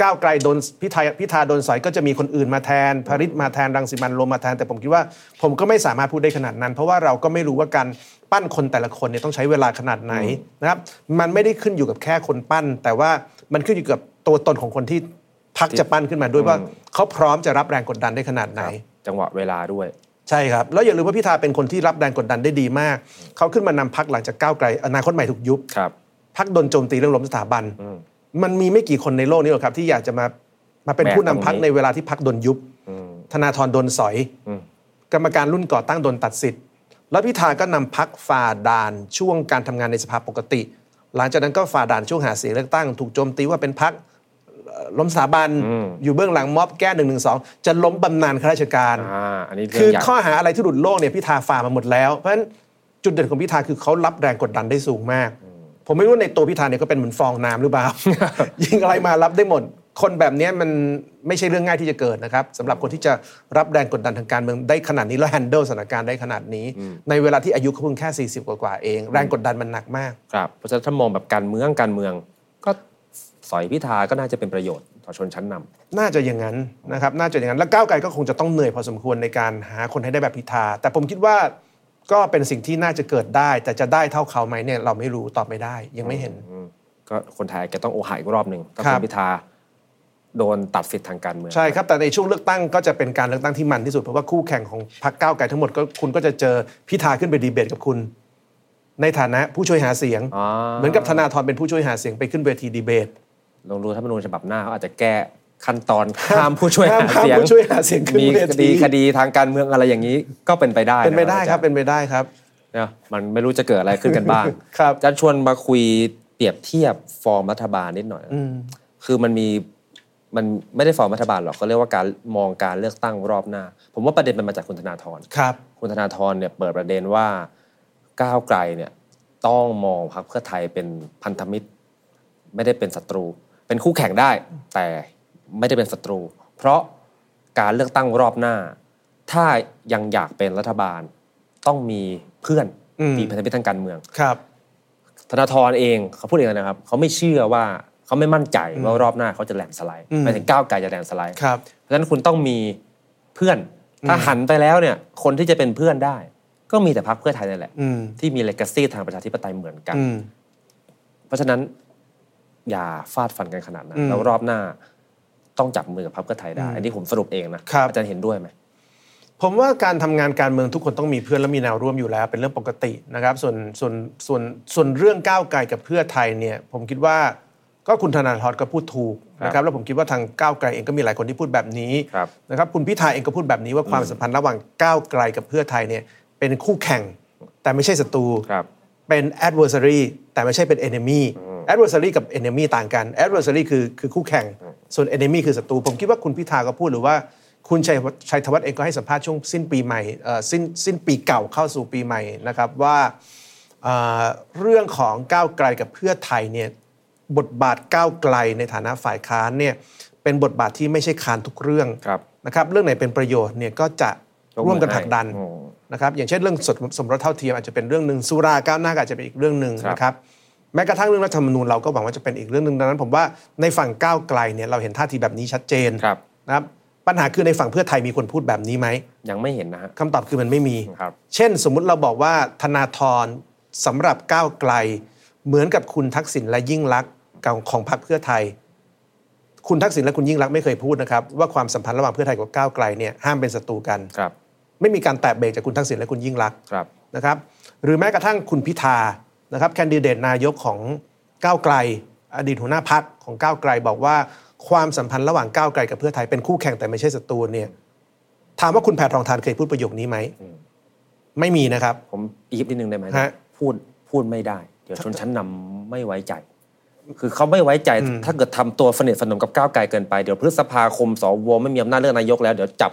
ก้าวไกลโดนพิธาพิธาโดนสอยก็จะมีคนอื่นมาแทนพริตมาแทนรังสิมันต์โรมมาแทน แต่ผมคิดว่าผมก็ไม่สามารถพูดได้ขนาดนั้น เพราะว่าเราก็ไม่รู้ว่าการปั้นคนแต่ละคนเนี่ยต้องใช้เวลาขนาดไหนนะครับมันไม่ได้ขึ้นอยู่กับแค่คนปั้น แต่ว่ามันขึ้นอยู่กับตัวตนของคนที่พักจะปั้นขึ้นมาด้วยว่าเขาพร้อมจะรับแรงกดดันได้ขนาดไหน
จังหวะเวลาด้วย
ใช่ครับ แล้วอย่าลืมว่าพิธาเป็นคนที่รับแรงกดดันได้ดีมาก เขาขึ้นมานำพักหลังจากก้าวไกลอนาคตใหม่ถูกยุบ
ครับ
พักโดนโจมตีเรื่องล้มสถาบัน มันมีไม่กี่คนในโลกนี้หรอกครับที่อยากจะมามาเป็น
แบก
ผู้นำพัก
ตรงนี้
ในเวลาที่พักโดนยุบ ธนาธรโดนสอย กรรมการรุ่นก่อตั้งโดนตัดสิทธิ์ แล้วพิธาก็นำพักฝ่าด่านช่วงการทำงานในสภาปกติ หลังจากนั้นก็ฝ่าด่านช่วงหาเสียงเลือกตั้ง ถูกโจมตีว่าเป็นพักล้มสถาบันอยู่เบื้องหลังม็อบแก้หนึ่งหนึ่งสองจะล้มบำนาญข้าราชการ
อ่าอันนี้เรื่
คื
อ
อ
งใหญ่
ข้อหาอะไรที่หลุดโลกเนี่ยพิธาฝ่ามาหมดแล้ว เพราะฉะนั้นจุดเด่นของพิธาคือเขารับแรงกดดันได้สูงมาก ผมไม่รู้ว่าในตัวพิธาเนี่ยก็เป็นเหมือนฟองน้ำหรือเป
[LAUGHS]
ล่า ยิงอะไรมารับได้หมด คนแบบเนี้ยมันไม่ใช่เรื่องง่ายที่จะเกิดนะครับสำหรับคนที่จะรับแรงกดดันทางการเมืองได้ขนาดนี้แล้วแฮนเดิลสถานการณ์ได้ขนาดนี้ ในเวลาที่อายุเขาเพิ่งแค่ 40 กว่าๆเอง แรงกดดันมันหนักมาก
ครับเพราะฉะนั้นถ้ามองแบบการเมืองการเมืองก็สอยพิธาก็น่าจะเป็นประโยชน์ต่อชนชั้นนำ
น่าจะอย่างนั้นนะครับ น่าจะอย่างนั้น แล้วก้าวไกลก็คงจะต้องเหนื่อยพอสมควรในการหาคนให้ได้แบบพิธา แต่ผมคิดว่าก็เป็นสิ่งที่น่าจะเกิดได้ แต่จะได้เท่าเขาไหมเนี่ยเราไม่รู้ตอบไม่ได้ ยังไม่เห็น
ก็คนไทยแกต้องโอหายอีกรอบหนึ่งถ้า
ครั
คุ
บ
ณพิธาโดนตัดสิทธิ์ทางการเมือง
ใช่ครับ แต่ในช่วงเลือกตั้งก็จะเป็นการเลือกตั้งที่มันที่สุด เพราะว่าคู่แข่งของพรรคก้าวไกลทั้งหมดก็คุณก็จะเจอพิธาขึ้นไปดีเบตกับคุณ ในฐานะผู้ช่วยหาเสียง
อ่า
เหมือนกับธนาธรเป็นผู้ช่วยหาเสียงไปขึ้นเวทีดีเบต
ลองดูถ้ามันนูญฉบับหน้าเขาอาจจะแก้ขั้นต
[LAUGHS]
อนห้ามผู้ช่วย
ห้าม
หาเสียง
ห้ามผู้ช่วยหาเสียงขึ้น
มี
เว
ค
ที
ดีคดีทางการเมืองอะไรอย่างนี้ก็เป็นไปได้
เป็นไปได้ครับ
นะ
เป็นไปได้ครับ
เนอะมันไม่รู้จะเกิดอะไรขึ้นกันบ้าง
ครับ
จะชวนมาคุยเปรียบเทียบฟอร์มรัฐบาลนิดหน่อย
อืม
คือมันมีมันไม่ได้ฟอร์มรัฐบาลหรอกเขาเรียกว่าการมองการเลือกตั้งรอบหน้า ผมว่าประเด็นมันมาจากคุณธนาธร
ครับ
คุณธนาธรเนี่ยเปิดประเด็นว่าก้าวไกลเนี่ยต้องมองพรรคเพื่อไทยเป็นพันธมิตร ไม่ได้เป็นศัตรู เป็นคู่แข่งได้ แต่ไม่ได้เป็นศัตรู เพราะการเลือกตั้งรอบหน้า ถ้ายังอยากเป็นรัฐบาล ต้องมีเพื่อน
อืม
มีพันธมิตรทางการเมือง
ครับ
ธนาธรเองเขาพูดเองนะครับเขาไม่เชื่อว่าเขาไม่มั่นใจว่ารอบหน้าเขาจะแลนด์สไลด์
อืม
ไปถึงก้าวไกลจะแลนด์สไลด์
ครับ
เพราะฉะนั้นคุณต้องมีเพื่อน ถ้าหันไปแล้วเนี่ย คนที่จะเป็นเพื่อนได้ ก็มีแต่พรรคเพื่อไทยนั่นแหละ
อืม
ที่มีเลก a ซีทางประชาธิปไตยเหมือนกัน
อืม
เพราะฉะนั้นอย่าฟาดฟันกันขนาดนั้น
อืม
แล้วรอบหน้า ต้องจับมือกับพรรคเพื่อไทยได้ อันนี้ผมสรุปเองนะครับ อาจารย์เห็นด้วยไหม
ผมว่าการทำงานการเมืองทุกคนต้องมีเพื่อนและมีแนวร่วมอยู่แล้วเป็นเรื่องปกตินะครับส่วนส่วนส่วนส่วนเรื่องก้าวไกลกับเพื่อไทยเนี่ยผมคิดว่าก็คุณธนาธรก็พูดถูกนะค
ครั
รับบ แล้วผมคิดว่าทางก้าวไกลเองก็มีหลายคนที่พูดแบบนี้
ครับ
นะครับคุณพิธาเองก็พูดแบบนี้ว่าความสัมพันธ์ระหว่างก้าวไกลกับเพื่อไทยเนี่ยเป็นคู่แข่งแต่ไม่ใช่ศัตรู
ครับ
เป็น adversary แต่ไม่ใช่เป็น enemy adversary กับ enemy ต่างกัน adversary คือคือคู่แข่ง ส่วน enemy คือศัตรู ผมคิดว่าคุณพิธาก็พูดหรือว่าคุณชัยชัยธวัฒน์เองก็ให้สัมภาษณ์ช่วงสิ้นปีใหม่เอ่อสิ้นสิ้นปีเก่าเข้าสู่ปีใหม่นะครับว่าเอ่อเรื่องของก้าวไกลกับเพื่อไทยเนี่ยบทบาทก้าวไกลในฐานะฝ่ายค้านเนี่ยเป็นบทบาทที่ไม่ใช่ค้านทุกเรื่อง
ครับ
นะครับเรื่องไหนเป็นประโยชน์เนี่ยก็จะร่วมกันผลักดัน
ยมือให้อืม
นะครับอย่างเช่นเรื่องสดสมรสเท่าเทียมอาจจะเป็นเรื่องหนึ่งสุราก้าวหน้าก็อาจจะเป็นอีกเรื่องหนึ่ง
ครับ
นะครับแม้กระทั่งเรื่องรัฐธรรมนูญเราก็หวังว่าจะเป็นอีกเรื่องหนึ่งดังนั้น ผมว่าในฝั่งก้าวไกลเนี่ยเราเห็นท่าทีแบบนี้ชัดเจน
ครับ
นะครับปัญหาคือในฝั่งเพื่อไทยมีคนพูดแบบนี้ไหม
ยังไม่เห็นนะฮะ
คำตอบคือมันไม่มี
ครับ
เช่นสมมุติเราบอกว่าธนาธรสำหรับก้าวไกล เหมือนกับคุณทักษิณและยิ่งลักษณ์ของของพรรคเพื่อไทย คุณทักษิณและคุณยิ่งลักษณ์ไม่เคยพูดนะครับว่าความสัมพันธ์ระหว่างเพื่อไทยกับก้าวไกลเนี่ยห้ามเป็นศัตรูกัน
ครับ
ไม่มีการแตะเบรกจากคุณทักษิณและคุณยิ่งลักษณ์
ครับ
นะครับหรือแม้กระทั่งคุณพิธานะครับแคนดิเดตนายกของก้าวไกล อดีตหัวหน้าพักของก้าวไกลบอกว่าความสัมพันธ์ระหว่างก้าวไกลกับเพื่อไทยเป็นคู่แข่งแต่ไม่ใช่ศัตรูเนี่ยถามว่าคุณแพทองทานเคยพูดประโยคนี้ไหม ไม่มีนะครับ
ผมอีกนิดนึงได้ไหม
ฮะ
พูดพูดไม่ได้ เดี๋ยวชนชั้นนำไม่ไว้ใจ คือเขาไม่ไว้ใจถ้าเกิดทำตัวสนิทสนมกับก้าวไกลเกินไป เดี๋ยวพฤษภาคมสวไม่มีอำนาจเลือกนายกแล้วเดี๋ยวจับ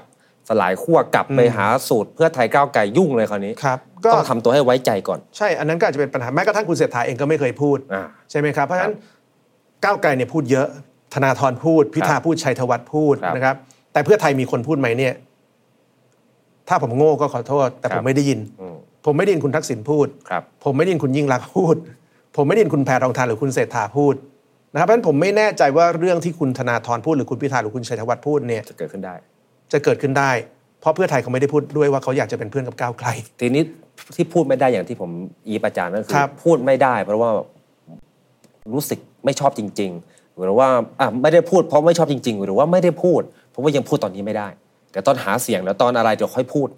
สลายขั้วกลับไป
อืม
หาสูตรเพื่อไทยก้าวไกลยุ่งเลยคราวนี้
ครับก็
ต้องทำตัวให้ไว้ใจก่อน
ใช่อันนั้นก็อาจจะเป็นปัญหาแม้กระทั่งคุณเศรษฐาเองก็ไม่เคยพูด
อ่า
ใช่ไหมครับ เพราะฉะนั้นก้าวไกลเนี่ยพูดเยอะ ธนาธรพูด พิธาพูดชัยธวัฒน์พูด
ครับ
นะครับ แต่เพื่อไทยมีคนพูดไหมเนี่ย ถ้าผมโง่ก็ขอโทษ แต่
ครั
ผ
บ
มไม่ได้ยิน
อืม
ผมไม่ได้ยินคุณทักษิณพูด
ครับ
ผมไม่ได้ยินคุณยิ่งรักษณ์พูด ผมไม่ได้ยินคุณแพรทองทานหรือคุณเศรษฐาพูดนะครับเพราะฉะนั้นผมไม่แน่ใจว่าเรื่องที่คุณธนาธรพูดหรือคุณพิธาหรือคุณชัยธวัฒน์พูดเนี่ย
จะเกิดขึ้นได้
จะเกิดขึ้นได้ เพราะเพื่อไทยเขาไม่ได้พูดด้วยว่าเขาอยากจะเป็นเพื่อนกับก้าวไกล
ทีนี้ที่พูดไม่ได้อย่างที่ผมอีประจานก็คือ
ครับ
พูดไม่ได้ เพราะว่ารู้สึกไม่ชอบจริง ๆ หรือว่าอ่ะไม่ได้พูดเพราะไม่ชอบจริง ๆ หรือว่าไม่ได้พูด เพราะว่ายังพูดตอนนี้ไม่ได้ แต่ตอนหาเสียงแล้วตอนอะไรเดี๋ยวค่อยพูด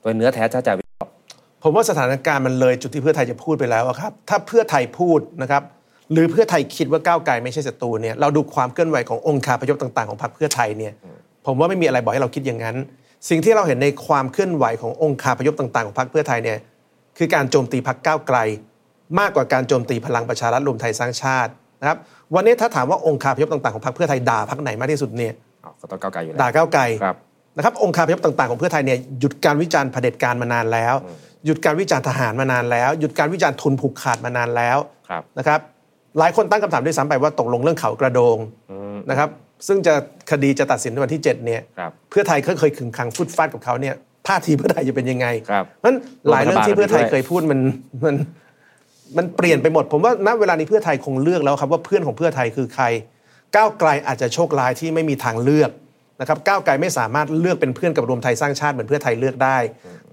โดยเนื้อแท้จะจะ
ผมว่าสถานการณ์มันเลยจุดที่เพื่อไทยจะพูดไปแล้วอะครับ ถ้าเพื่อไทยพูดนะครับ หรือเพื่อไทยคิดว่าก้าวไกลไม่ใช่ศัตรูเนี่ยเราดูความเคลื่อนไหวขององค์คาพยพต่างๆของพรรคเพื่อไทยเนี่ยผมว่าไม่มีอะไรบอกให้เราคิดอย่างนั้น สิ่งที่เราเห็นในความเคลื่อนไหวขององค์คาพยพต่างๆของพรรคเพื่อไทยเนี่ยคือการโจมตีพรรคก้าวไกล มากกว่าการโจมตีพลังประชารัฐรวมไทยสร้างชาตินะครับวันนี้ถ้าถามว่าองค์คาพยพต่างๆของพรรคเพื่อไทยด่าพรรคไหนมากที่สุดเนี่ย
อ้าวก็ต้องก้าวไกลอยู่แล้ว
ด่าก้าวไกล
ครับ
นะครับองค์คาพยพต่างๆของเพื่อไทยเนี่ยหยุดการวิจารณ์เผด็จการมานานแล้ว หยุดการวิจารณ์ทหารมานานแล้ว หยุดการวิจารณ์ทุนผูกขาดมานานแล้ว
ครับ
นะครับหลายคนตั้งคำถามด้วยซ้ำไปว่าตกลงเรื่องเขากระโดงนะครับซึ่งจะคดีจะตัดสินในวันที่ 7 เนี่ย
ครับ
เพื่อไทยก็เคยขึงขังฟุดฟาดกับเขาเนี่ยท่าทีเพื่อไทยจะเป็นยังไง
ครับ
เพราะฉะนั้นหลายเรื่องที่เพื่อไทยเคยพูดมันมันมันเปลี่ยนไปหมด ผมว่าณเวลานี้เพื่อไทยคงเลือกแล้วครับว่าเพื่อนของเพื่อไทยคือใคร ก้าวไกลอาจจะโชคร้ายที่ไม่มีทางเลือกนะครับก้าวไกลไม่สามารถเลือกเป็นเพื่อนกับรวมไทยสร้างชาติเหมือนเพื่อไทยเลือกได้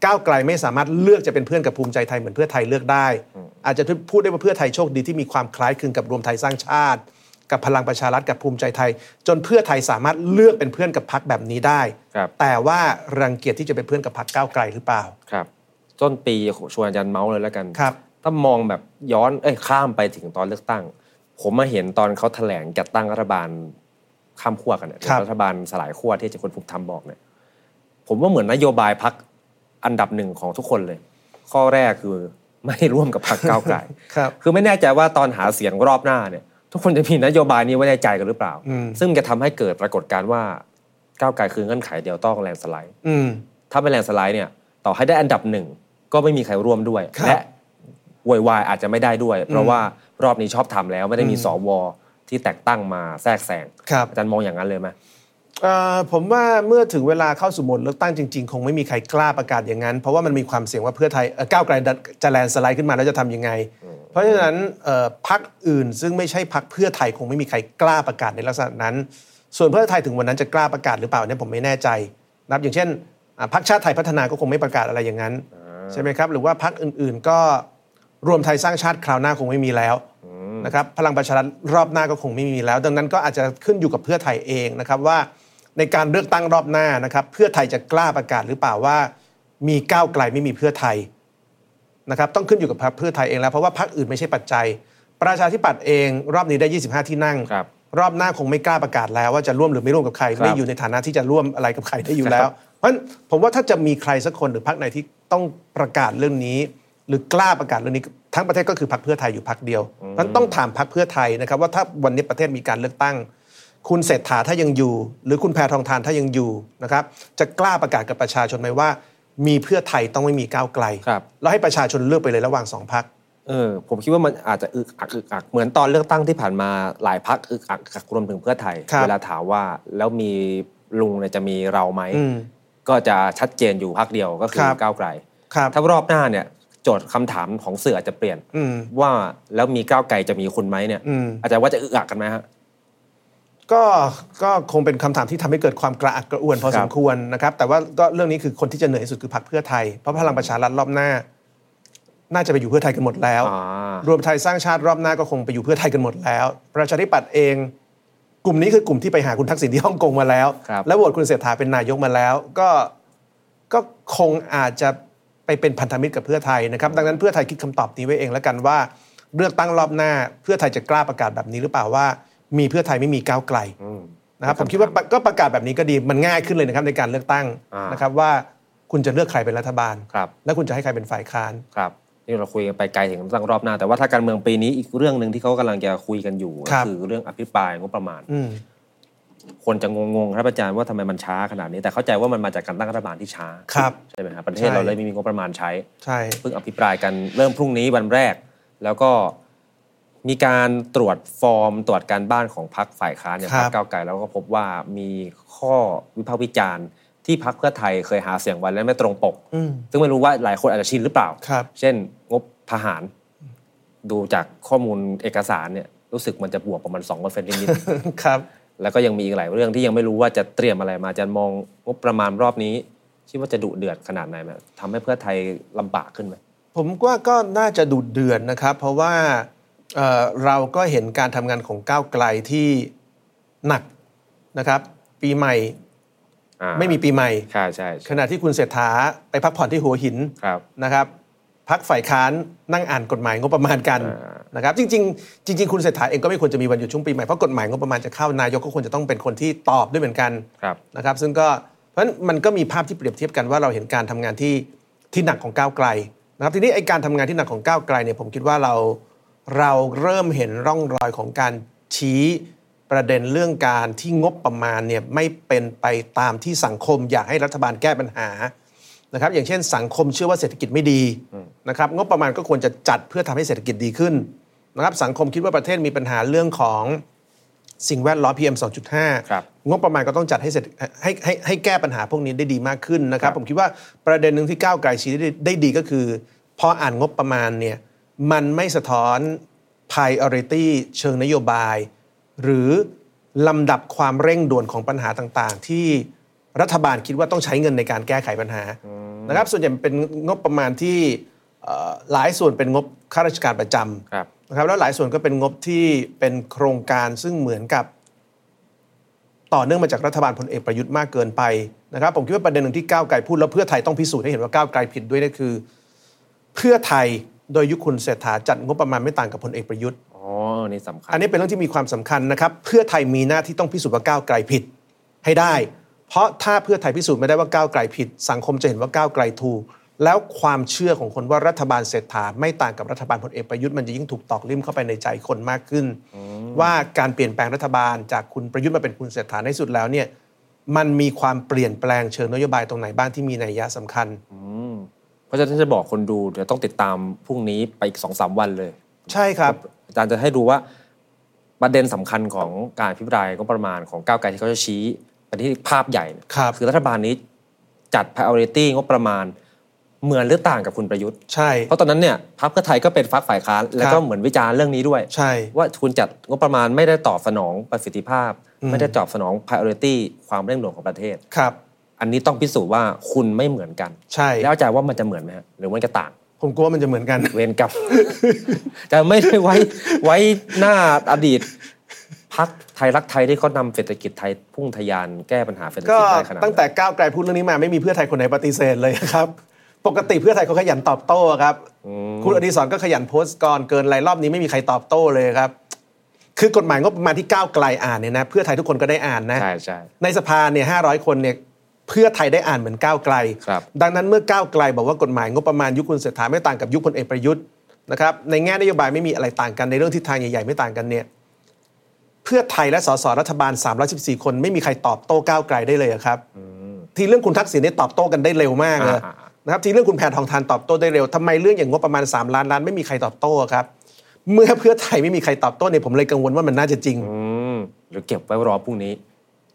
ก้าวไกลไม่สามารถเลือกจะเป็นเพื่อนกับภูมิใจไทยเหมือนเพื่อไทยเลือกได้ อาจจะพูดได้ว่าเพื่อไทยโชคดีที่มีความคล้ายคลึงกับรวมไทยสร้างชาติ กับพลังประชารัฐกับภูมิใจไทย จนเพื่อไทยสามารถเลือกเป็นเพื่อนกับพรรคแบบนี้ได้
ครับ
แต่ว่ารังเกียจที่จะเป็นเพื่อนกับพรรคก้าวไกลหรือเปล่า
ครับต้นปีชวนอาจารย์เมาส์เลยแล้วกัน
ครับ
ถ้ามองแบบย้อนเอ้ยข้ามไปถึงตอนเลือกตั้ง ผมมาเห็นตอนเขาแถลงจัดตั้งรัฐบาลข้ามขั้วกันเนี่ย
ครับ
รัฐบาลสลายขั้วที่อาจะคนภูมิธรรมบอกเนี่ยผมว่าเหมือนนโยบายพักอันดับหนึ่งของทุกคนเลย ข้อแรกคือไม่ร่วมกับพรรคก้าวไกล [LAUGHS]
ครับ
คือไม่แน่ใจว่าตอนหาเสียงรอบหน้าเนี่ยทุกคนจะมีนโยบายนี้ไว้ในใจกันหรือเปล่า
อืม
ซึ่งจะทำให้เกิดปรากฏการณ์ว่าก้าวไกลคือเงื่อนไขเดียวต้องแลนด์สไลด์
อืม
ถ้าเป็นแลนด์สไลด์เนี่ยต่อให้ได้อันดับหนึ่งก็ไม่มีใครร่วมด้วย
ครับ
และโวยวายอาจจะไม่ได้ด้วย เพราะว่ารอบนี้ชอบทำแล้วไม่ได้มีสวที่แต่งตั้งมาแทรกแซง
ครับ
อาจารย์มองอย่างนั้นเลยไหม
เอ่อผมว่าเมื่อถึงเวลาเข้าสู่โหมดเลือกตั้งจริงๆ คงไม่มีใครกล้าประกาศอย่างนั้น เพราะว่ามันมีความเสี่ยงว่าเพื่อไทยเอ่อก้าวไกลจะแลนด์สไลด์ขึ้นมาแล้วจะทำยังไง เพราะฉะนั้นเอ่อพักอื่นซึ่งไม่ใช่พักเพื่อไทยคงไม่มีใครกล้าประกาศในลักษณะนั้น ส่วนเพื่อไทยถึงวันนั้นจะกล้าประกาศหรือเปล่าเนี่ยผมไม่แน่ใจนะครับอย่างเช่นอ่ะพักชาติไทยพัฒนาก็คงไม่ประกาศอะไรอย่างนั้น ใช่ไหมครับ หรือว่าพักอื่นๆก็รวมไทยสร้างชาติคราวหน้าคงไม่มีแล้ว นะครับพลังประชารัฐรอบหน้าก็คงไม่มีแล้ว ดังนั้นก็อาจจะขึ้นอยู่กับเพื่อไทยเองนะครับว่าในการเลือกตั้งรอบหน้านะครับ เพื่อไทยจะกล้าประกาศหรือเปล่าว่า มีก้าวไกลไม่มีเพื่อไทย นะครับต้องขึ้นอยู่กับพรรคเพื่อไทยเองแล้วเพราะว่าพรรคอื่นไม่ใช่ปัจจัย ประชาธิปัตย์เองรอบนี้ได้ 25 ที่นั่ง
ครับ
รอบหน้าคงไม่กล้าประกาศแล้วว่าจะร่วมหรือไม่ร่วมกับใคร
ครับ
ไม่อยู่ในฐานะที่จะร่วมอะไรกับใครได้อยู่แล้
ครั
ว
บ
เพราะฉะนั้นผมว่าถ้าจะมีใครสักคนหรือพรรคไหนที่ต้องประกาศเรื่องนี้ หรือกล้าประกาศเรื่องนี้ทั้งประเทศก็คือพรรคเพื่อไทยอยู่พรรคเดียวเพราะฉะนั้นต้องถามพรรคเพื่อไทยนะครับว่าถ้าวันนี้ประเทศมีการเลือกตั้ง คุณเศรษฐาถ้ายังอยู่ หรือคุณแพทองทานถ้ายังอยู่นะครับจะกล้าประกาศกับประชาชนไหมว่า มีเพื่อไทยต้องไม่มีก้าวไกล
ครับ
แล้วให้ประชาชนเลือกไปเลยระหว่างสองพัก
เออผมคิดว่ามันอาจจะอึกอักอึกอักเหมือนตอนเลือกตั้งที่ผ่านมาหลายพักอึกอักอักรวมถึงเพื่อไทย
ครับ
เวลาถามว่าแล้วมีลุงเนี่ยจะมีเราไหม
อืม
ก็จะชัดเจนอยู่พักเดียวก็คือ
ครับ
ก้าวไกล
ครับ
ถ้ารอบหน้าเนี่ยโจทย์คำถามของเสื่ออาจจะเปลี่ยน
อืม
ว่าแล้วมีก้าวไกลจะมีคุณไหมเนี่ย
อืม
อาจารย์ว่าจะอึกอักกันไหมฮะ
ก็ก็คงเป็นคำถามที่ทำให้เกิดความกระอักกระอ่วนพอ
ครั
ส
บ
มควรนะครับ แต่ว่าก็เรื่องนี้คือคนที่จะเหนื่อยที่สุดคือพรรคเพื่อไทย เพราะพลังประชารัฐรอบหน้า น่าจะไปอยู่เพื่อไทยกันหมดแล้ว
อ่าร
วมไทยสร้างชาติรอบหน้าก็คงไปอยู่เพื่อไทยกันหมดแล้ว ประชาธิปัตย์เอง กลุ่มนี้คือกลุ่มที่ไปหาคุณทักษิณที่ฮ่องกงมาแล้ว
ครับ
และโหวตคุณเศรษฐาเป็นนายกมาแล้ว ก็ก็คงอาจจะไปเป็นพันธมิตรกับเพื่อไทยนะครับ ดังนั้นเพื่อไทยคิดคำตอบนี้ไว้เองแล้วกันว่า เลือกตั้งรอบหน้า เพื่อไทยจะกล้าประกาศแบบนี้หรือเปล่าว่า มีเพื่อไทยไม่มีก้าวไกลนะครับผมคิดว่าก็ประกาศแบบนี้ก็ดีมันง่ายขึ้นเลยนะครับในการเลือกตั้ง
อ่าน
นะครับว่าคุณจะเลือกใครเป็นรัฐบาล
ครับ
และคุณจะให้ใครเป็นฝ่ายค้าน
ครับ นี่เราคุยกันไปไกลถึงเรื่องรอบหน้า แต่ว่าถ้าการเมืองปีนี้อีกเรื่องหนึ่งที่เขากำลังจะคุยกันอยู่
ค
ก็
รับ
คือเรื่องอภิปรายงบประมาณ
อืม
คนจะงงๆครับอาจารย์ว่าทำไมมันช้าขนาดนี้แต่เข้าใจว่ามันมาจากการตั้งรัฐบาลที่ช้า
ครับ
ใช่ไหมครับประเทศ
ใช่
เราเลยไม่มีงบประมาณใช้
ใช่
เพิ่งอภิปรายกันเริ่มพรุ่งนี้วันแรก แล้วก็มีการตรวจฟอร์ม ตรวจการบ้านของพักฝ่ายค้านอย่าง
ครั
พั
บ
กก้าวไกลแล้วก็พบว่ามีข้อวิพากษ์วิจารณ์ ที่พักเพื่อไทยเคยหาเสียงไว้และไม่ตรงปก
อืม
ซึ่งไม่รู้ว่าหลายคนอาจจะชินหรือเปล่า
ครับ
เช่นงบทหาร ดูจากข้อมูลเอกสารเนี่ยรู้สึกมันจะบวกประมาณ2%นิดๆ
[LAUGHS] ครับ
แล้วก็ยังมีอีกหลายเรื่องที่ยังไม่รู้ว่าจะเตรียมอะไรมาอาจารย์มองงบประมาณรอบนี้คิดว่าจะดุเดือดขนาดไหนไหมทำให้เพื่อไทยลำบากขึ้นไหม
ผมว่าก็น่าจะดุเดือดนะครับ เพราะว่าเอ่อเราก็เห็นการทำงานของก้าวไกลที่หนักนะครับ ปีใหม่
อ่า
ไม่มีปีใหม่
ใช่ใช่ใช่
ขณะที่คุณเศรษฐาไปพักผ่อนที่หัวหิน
ครับ
นะครับพักฝ่ายค้านนั่งอ่านกฎหมายงบประมาณกัน
อ่า
นะครับจริงๆจริง ๆ คุณเศรษฐาเองก็ไม่ควรจะมีวันหยุดช่วงปีใหม่เพราะกฎหมายงบประมาณจะเข้านายกก็ควรจะต้องเป็นคนที่ตอบด้วยเหมือนกัน
ครับ
นะครับซึ่งก็เพราะฉะนั้นมันก็มีภาพที่เปรียบเทียบกันว่าเราเห็นการทำงานที่ที่หนักของก้าวไกลนะครับทีนี้ไอการทำงานที่หนักของก้าวไกลเนี่ยผมคิดว่าเราเราเริ่มเห็นร่องรอยของการชี้ประเด็นเรื่องการที่งบประมาณเนี่ยไม่เป็นไปตามที่สังคมอยากให้รัฐบาลแก้ปัญหานะครับอย่างเช่นสังคมเชื่อว่าเศรษฐกิจไม่ดีนะครับงบประมาณก็ควรจะจัดเพื่อทำให้เศรษฐกิจดีขึ้นนะครับสังคมคิดว่าประเทศมีปัญหาเรื่องของ สิ่งแวดล้อม PM 2.5
ครับ
งบประมาณก็ต้องจัดให้เสร็จให้ให้ให้แก้ปัญหาพวกนี้ได้ดีมากขึ้นนะครับ ผมคิดว่าประเด็นหนึ่งที่ก้าวไกลชี้ได้ได้ดีก็คือ พออ่านงบประมาณเนี่ยมันไม่สะท้อน priority เชิงนโยบาย หรือลำดับความเร่งด่วนของปัญหาต่างๆ ที่รัฐบาลคิดว่าต้องใช้เงินในการแก้ไขปัญหานะครับส่วนใหญ่มันเป็นงบประมาณที่เอ่อหลายส่วนเป็นงบข้าราชการประจำ
ครับ
นะครับแล้วหลายส่วนก็เป็นงบที่เป็นโครงการซึ่งเหมือนกับ ต่อเนื่องมาจากรัฐบาลพลเอกประยุทธ์มากเกินไปนะครับ ผมคิดว่าประเด็นหนึ่งที่ก้าวไกลพูดแล้วเพื่อไทยต้องพิสูจน์ให้เห็นว่าก้าวไกลผิดด้วยนั่นคือ เพื่อไทยโดยยุคคุณเศรษฐาจัดงบประมาณไม่ต่างกับพลเอกประยุทธ์
อ๋อนี่สำคัญ
อันนี้เป็นเรื่องที่มีความสำคัญนะครับ เพื่อไทยมีหน้าที่ต้องพิสูจน์ว่าก้าวไกลผิดให้ได้ เพราะถ้าเพื่อไทยพิสูจน์ไม่ได้ว่าก้าวไกลผิด สังคมจะเห็นว่าก้าวไกลถูก แล้วความเชื่อของคนว่ารัฐบาลเศรษฐาไม่ต่างกับรัฐบาลพลเอกประยุทธ์มันจะยิ่งถูกตอกลิ่มเข้าไปในใจคนมากขึ้น ว่าการเปลี่ยนแปลงรัฐบาลจากคุณประยุทธ์มาเป็นคุณเศรษฐาในที่สุดแล้วเนี่ยมันมีความเปลี่ยนแปลงเชิงนโยบายตรงไหนบ้างที่มีนัยยะสำคัญ
เพราะฉะนั้นจะบอกคนดูเดี๋ยวต้องติดตามพรุ่งนี้ไปอีกสองสามวันเลย
ใช่ครับ
อาจารย์จะให้ดูว่าประเด็นสำคัญของการพิปรายก็ประมาณของก้าวไกลที่เขาจะชี้เป็นที่ภาพใหญ่เนี่ย
ครับ
คือรัฐบาลนี้จัด priority งบประมาณเหมือนหรือต่างกับคุณประยุทธ์
ใช่
เพราะตอนนั้นเนี่ยพรรคเพื่อไทยก็เป็นพรรคฝ่ายค้านแล้วก็เหมือนวิจารณ์เรื่องนี้ด้วย
ใช่
ว่าคุณจัดงบประมาณไม่ได้ตอบสนองประสิทธิภาพ
อืม
ไม่ได้ตอบสนอง priority ความเร่งด่วนของประเทศ
ครับ
อันนี้ต้องพิสูจน์ว่าคุณไม่เหมือนกัน
ใช่
แล้วอาจารย์ว่ามันจะเหมือนไหมฮะหรือมันจะต่าง
ผมกลัวมันจะเหมือนกัน
เวรกรรม [LAUGHS] จะไม่ได้ไว้ไว้หน้าอดีตพักไทยรักไทยที่เขานำเศรษฐกิจไทยพุ่งทะยานแก้ปัญหาเศรษฐ
ก็
กิจได้ขนาด
ตั้งแต่ก้าวไกลพูดเรื่องนี้มาไม่มีเพื่อไทยคนไหนปฏิเสธเลยครับ ปกติเพื่อไทยเขาขยันตอบโต้ครับ คุณอดีศรก็ขยันโพสต์ก่อนเกินรายรอบนี้ไม่มีใครตอบโต้เลยครับ คือกฎหมายงบประมาณที่ก้าวไกลอ่านเนี่ยนะเพื่อไทยทุกคนก็ได้อ่านนะ
ใช่ใช่
ในสภาเนี่ยห้าคนเนี่ยเพื่อไทยได้อ่านเหมือนก้าวไกล
ครับ
ดังนั้นเมื่อก้าวไกลบอกว่ากฎหมายงบประมาณยุคคุณเศรษฐาไม่ต่างกับยุคพลเอกประยุทธ์นะครับในแง่นโยบายไม่มีอะไรต่างกันในเรื่องทิศทางใหญ่ๆไม่ต่างกันเนี่ยเพื่อไทยและสสรัฐบาล 314 คนไม่มีใครตอบโต้ก้าวไกลได้เลยอะครับทีเรื่องคุณทักษิณเนี่ยตอบโต้กันได้เร็วมากเลย
อ่า
นะครับทีเรื่องคุณแพทองทานตอบโต้ได้เร็วทำไมเรื่องอย่างงบประมาณ 3 ล้านล้านไม่มีใครตอบโต้อะครับ เมื่อเพื่อไทยไม่มีใครตอบโต้เนี่ยผมเลยกังวลว่ามันน่าจะจริง
อืมหรือเก็บไว้รอพรุ่งนี้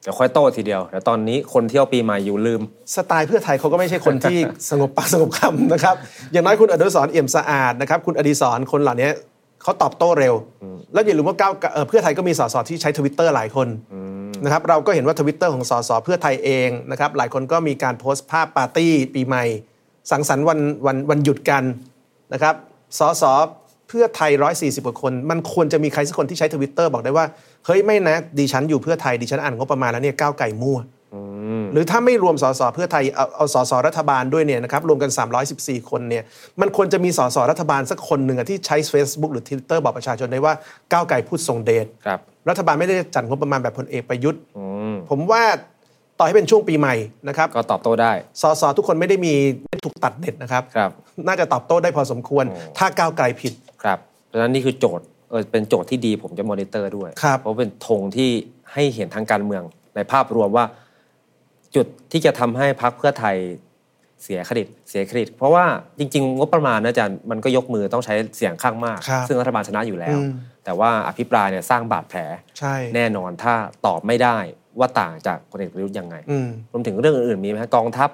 เดี๋ยวค่อยโต้ทีเดียวแล้วตอนนี้คนเที่ยวปีใหม่อยู่ลืม
สไตล์เพื่อไทยเขาก็ไม่ใช่คนที่ [LAUGHS] สงบปากสงบคำนะครับ อย่างน้อยคุณอนุสรณ์เอี่ยมสะอาดนะครับ คุณอดีศรคนเหล่านี้เขาตอบโต้เร็ว แล้วอย่าลืมว่าก้าวเอ่อเพื่อไทยก็มีสสที่ใช้ทวิตเตอร์หลายคนนะครับเราก็เห็นว่าทวิตเตอร์ของสสเพื่อไทยเองนะครับหลายคนก็มีการโพสต์ภาพปาร์ตี้ปีใหม่ สังสรรค์วันวันวันหยุดกันนะครับสสเพื่อไทย 140กว่าคน มันควรจะมีใครสักคนที่ใช้ทวิตเตอร์บอกได้ว่าเฮ้ยไม่นะดิฉันอยู่เพื่อไทยดิฉันอ่านงบประมาณแล้วเนี่ยก้าวไก่มั่ว หรือถ้าไม่รวมสสเพื่อไทยเอาเอาสสรัฐบาลด้วยเนี่ยนะครับรวมกัน 314 คนเนี่ยมันควรจะมีสสรัฐบาลสักคนหนึ่งอะที่ใช้ Facebook หรือ Twitter บอกประชาชนได้ว่าก้าวไกลพูดทรงเดช
ครับ
รัฐบาลไม่ได้จัดงบประมาณแบบพลเอกประยุทธ์ผมว่าต่อให้เป็นช่วงปีใหม่นะครับ
ก็ตอบโต้ได้
สสทุกคนไม่ได้มีไม่ถูกตัดเน็ตนะครับ
ครับ
น่าจะตอบโต้ได้พอสมควร ถ้าก้าวไกลผิด
ครับเพราะฉะนั้นนี่คือโจทย์เออเป็นโจทย์ที่ดีผมจะมอนิเตอร์ด้วย
ครับ
เพราะเป็นธงที่ให้เห็นทางการเมืองในภาพรวมว่า จุดที่จะทำให้พักเพื่อไทยเสียเครดิตเสียเครดิต เพราะว่าจริง ๆ งบประมาณนะอาจารย์มันก็ยกมือต้องใช้เสียงข้างมาก
ครับ
ซึ่งรัฐบาลชนะอยู่แล้ว
อืม
แต่ว่าอภิปรายเนี่ยสร้างบาดแผล
ใช่
แน่นอนถ้าตอบไม่ได้ว่าต่างจากพลเอกประยุทธ์ยังไง
อืม
รวมถึงเรื่องอื่นๆมีไหมฮะกองทัพ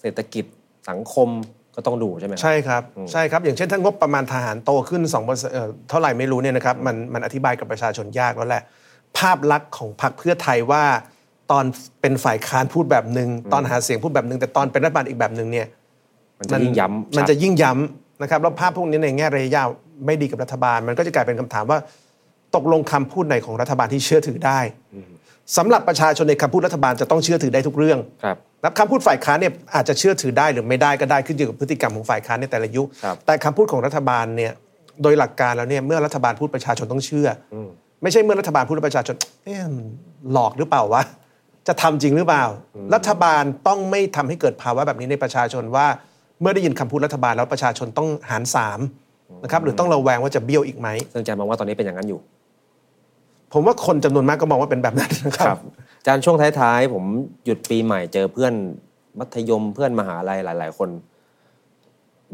เศรษฐกิจสังคมก็ต้องดูใช่ไหมครับ
ใช่ครับใช่ครับ อย่างเช่นถ้างบประมาณทหารโตขึ้น2เปอร์เซ็นต์เอ่อเท่าไหร่ไม่รู้เนี่ยนะครับมันมันอธิบายกับประชาชนยากแล้วแหละ ภาพลักษณ์ของพรรคเพื่อไทยว่า ตอนเป็นฝ่ายค้านพูดแบบหนึ่งตอนหาเสียงพูดแบบหนึ่งแต่ตอนเป็นรัฐบาลอีกแบบหนึ่งเนี่ย
มันจะยิ่งย้ำ
มัน
ชัด
จะยิ่งย้ำนะครับแล้วภาพพวกนี้ในแง่ระยะยาวไม่ดีกับรัฐบาล มันก็จะกลายเป็นคำถามว่า ตกลงคำพูดไหนของรัฐบาลที่เชื่อถือได้สำหรับประชาชนในคำพูดรัฐบาลจะต้องเชื่อถือได้ทุกเรื่อง
ครับ
นับคำพูดฝ่ายค้านเนี่ยอาจจะเชื่อถือได้หรือไม่ได้ก็ได้ขึ้นอยู่กับพฤติกรรมของฝ่ายค้านในแต่ละยุค
ครับ
แต่คำพูดของรัฐบาลเนี่ยโดยหลักการแล้วเนี่ยเมื่อรัฐบาลพูดประชาชนต้องเชื่ออไม่ใช่เมื่อรัฐบาลพูดแล้วประชาชนเอ๊ะมันหลอกหรือเปล่าวะจะทำจริงหรือเปล่า รัฐบาลต้องไม่ทำให้เกิดภาวะแบบนี้ในประชาชนว่า เมื่อได้ยินคำพูดรัฐบาลแล้วประชาชนต้องหารสามนะครับหรือต้องระแวงว่าจะเบี้ยวอีกไหม
ซึ่งอาจารย์มองว่าตอนนี้เป็นอย่างนั้นอยู่
ผมว่าคนจำนวนมากก็มองว่าเป็นแบบนั้นนะครับ
อาจารย์ช่วงท้ายๆ ผมหยุดปีใหม่เจอเพื่อนมัธยมเพื่อนมหาลัยหลาย ๆ คน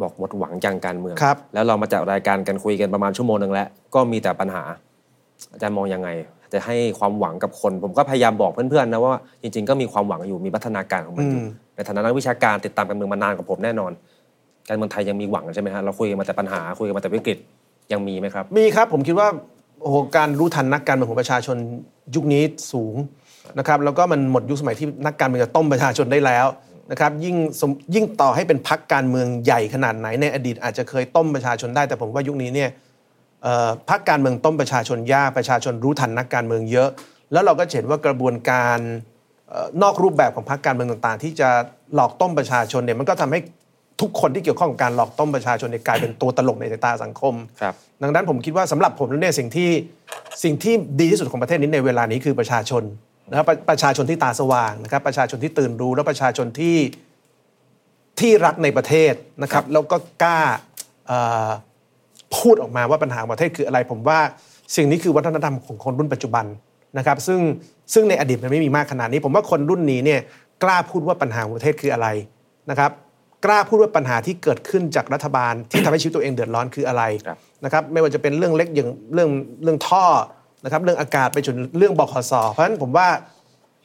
บอกหมดหวังจังการเมือง
ครับ
แล้วเรามาจัดรายการกันคุยกันประมาณชั่วโมงหนึ่งแล้ว ก็มีแต่ปัญหา อาจารย์มองยังไง จะให้ความหวังกับคน ผมก็พยายามบอกเพื่อนๆนะว่าจริง ๆ ก็มีความหวังอยู่มีพัฒนาการของมันอยู่ในฐานะนักวิชาการติดตามการเมืองมานานกว่าผมแน่นอน การเมืองไทยยังมีหวังใช่ไหมฮะเราคุยกันมาแต่ปัญหาคุยกันมาแต่วิกฤตยังมีไหมครับ
มีครับผมคิดว่าโอ้โหการรู้ทันนักการเมืองของประชาชนยุคนี้สูงนะครับแล้วก็มันหมดยุคสมัยที่นักการเมืองจะต้มประชาชนได้แล้วนะครับยิ่งสมยิ่งต่อให้เป็นพักการเมืองใหญ่ขนาดไหนในอดีตอาจจะเคยต้มประชาชนได้ แต่ผมว่ายุคนี้เนี่ยเอ่อพักการเมืองต้มประชาชนยากประชาชนรู้ทันนักการเมืองเยอะ แล้วเราก็จะเห็นว่ากระบวนการเอ่อนอกรูปแบบของพักการเมืองต่างๆ ที่จะหลอกต้มประชาชนเนี่ยมันก็ทำให้ทุกคนที่เกี่ยวข้องกับการหลอกต้มประชาชนเนี่ยกลายเป็นตัวตลกในสายตาสังคม
ครับ
ดังนั้นผมคิดว่าสำหรับผมแล้วเนี่ยสิ่งที่สิ่งที่ดีที่สุดของประเทศนี้ในเวลานี้คือประชาชนนะครับประประชาชนที่ตาสว่างนะครับประชาชนที่ตื่นรู้และประชาชนที่ที่รักในประเทศนะครับ แล้วก็กล้าเอ่อพูดออกมาว่าปัญหาของประเทศคืออะไร ผมว่าสิ่งนี้คือวัฒนธรรมของคนรุ่นปัจจุบันนะครับ ซึ่งซึ่งในอดีตมันไม่มีมากขนาดนี้ ผมว่าคนรุ่นนี้เนี่ยกล้าพูดว่าปัญหาของประเทศคืออะไรนะครับ กล้าพูดว่าปัญหาที่เกิดขึ้นจากรัฐบาล ที่ทำให้ชีวิตตัวเองเดือดร้อนคืออะไร
ครับ
นะครับไม่ว่าจะเป็นเรื่องเล็กอย่างเรื่องเรื่องท่อนะครับเรื่องอากาศไปจนเรื่องบขสเพราะฉะนั้นผมว่า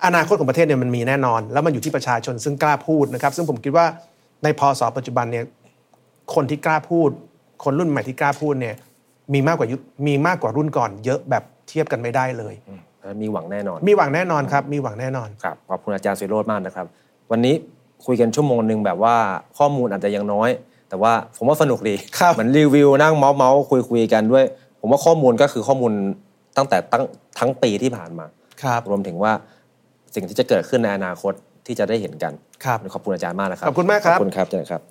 อนาคตของประเทศเนี่ยมันมีแน่นอน แล้วมันอยู่ที่ประชาชนซึ่งกล้าพูดนะครับ ซึ่งผมคิดว่าในพศปัจจุบันเนี่ยคนที่กล้าพูด คนรุ่นใหม่ที่กล้าพูดเนี่ยมีมากกว่ายุคมีมากกว่ารุ่นก่อน เยอะแบบเทียบกันไม่ได้เลย
มีหวังแน่นอน
มีหวังแน่นอนครับ มีหวังแน่นอน
ครับขอบคุณอาจารย์สุโรธมากนะครับ วันนี้คุยกันชั่วโมงหนึ่งแบบว่าข้อมูลอาจจะยังน้อย แต่ว่าผมว่าสนุกดี
ครับ
เหมือนรีวิวนั่งเมาส์เมาส์คุยคุยกันด้วย ผมว่าข้อมูลก็คือข้อมูลตั้งแต่ตั้งทั้งปีที่ผ่านมา
ครับ
รวมถึงว่าสิ่งที่จะเกิดขึ้นในอนาคตที่จะได้เห็นกัน
ครับ
ขอบคุณอาจารย์มากนะครับ
ขอบคุณมากครับ
ขอบคุณครับอาจารย์ครับ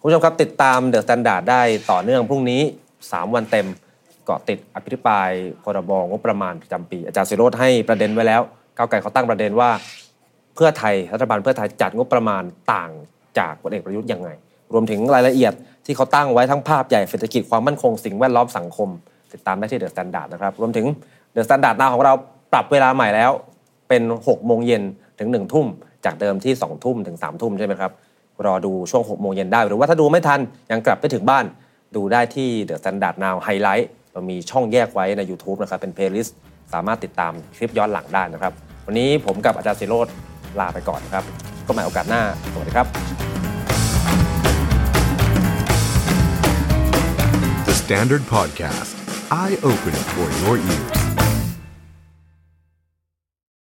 คุณผู้ชมครับติดตามเดอะสแตนดาร์ดได้ต่อเนื่องพรุ่งนี้ 3 วันเต็มเกาะติดอภิปรายพรบงบประมาณประจำปี อาจารย์สิโรธให้ประเด็นไว้แล้วก้าวไกลเขาตั้งประเด็นว่า เพื่อไทยรัฐบาลเพื่อไทยจัดงบประมาณต่างจากพลเอกประยุทธ์ยังไง รวมถึงรายละเอียดที่เขาตั้งไว้ทั้งภาพใหญ่เศรษฐกิจความมั่นคงสิ่งแวดล้อมสังคม ติดตามได้ที่เดอะสแตนดาร์ดนะครับรวมถึงเดอะสแตนดาร์ดนาของเราปรับเวลาใหม่แล้ว เป็น6โมงเย็นถึง1ทุ่ม จากเดิมที่2ทุ่มถึง3ทุ่มใช่ไหมครับ รอดูช่วง6โมงเย็นได้ หรือว่าถ้าดูไม่ทัน ยังกลับไปถึงบ้าน ดูได้ที่ The Standard Now Highlight เรามีช่องแยกไว้ใน YouTube นะครับ เป็นเพลย์ลิสต์สามารถติดตามคลิปย้อนหลังได้นะครับ วันนี้ผมกับอาจารย์ศิโรธลาไปก่อนนะครับก็ใหม่โอกาสหน้า สวัสดีครับ
The Standard Podcast, eye opening for your ears.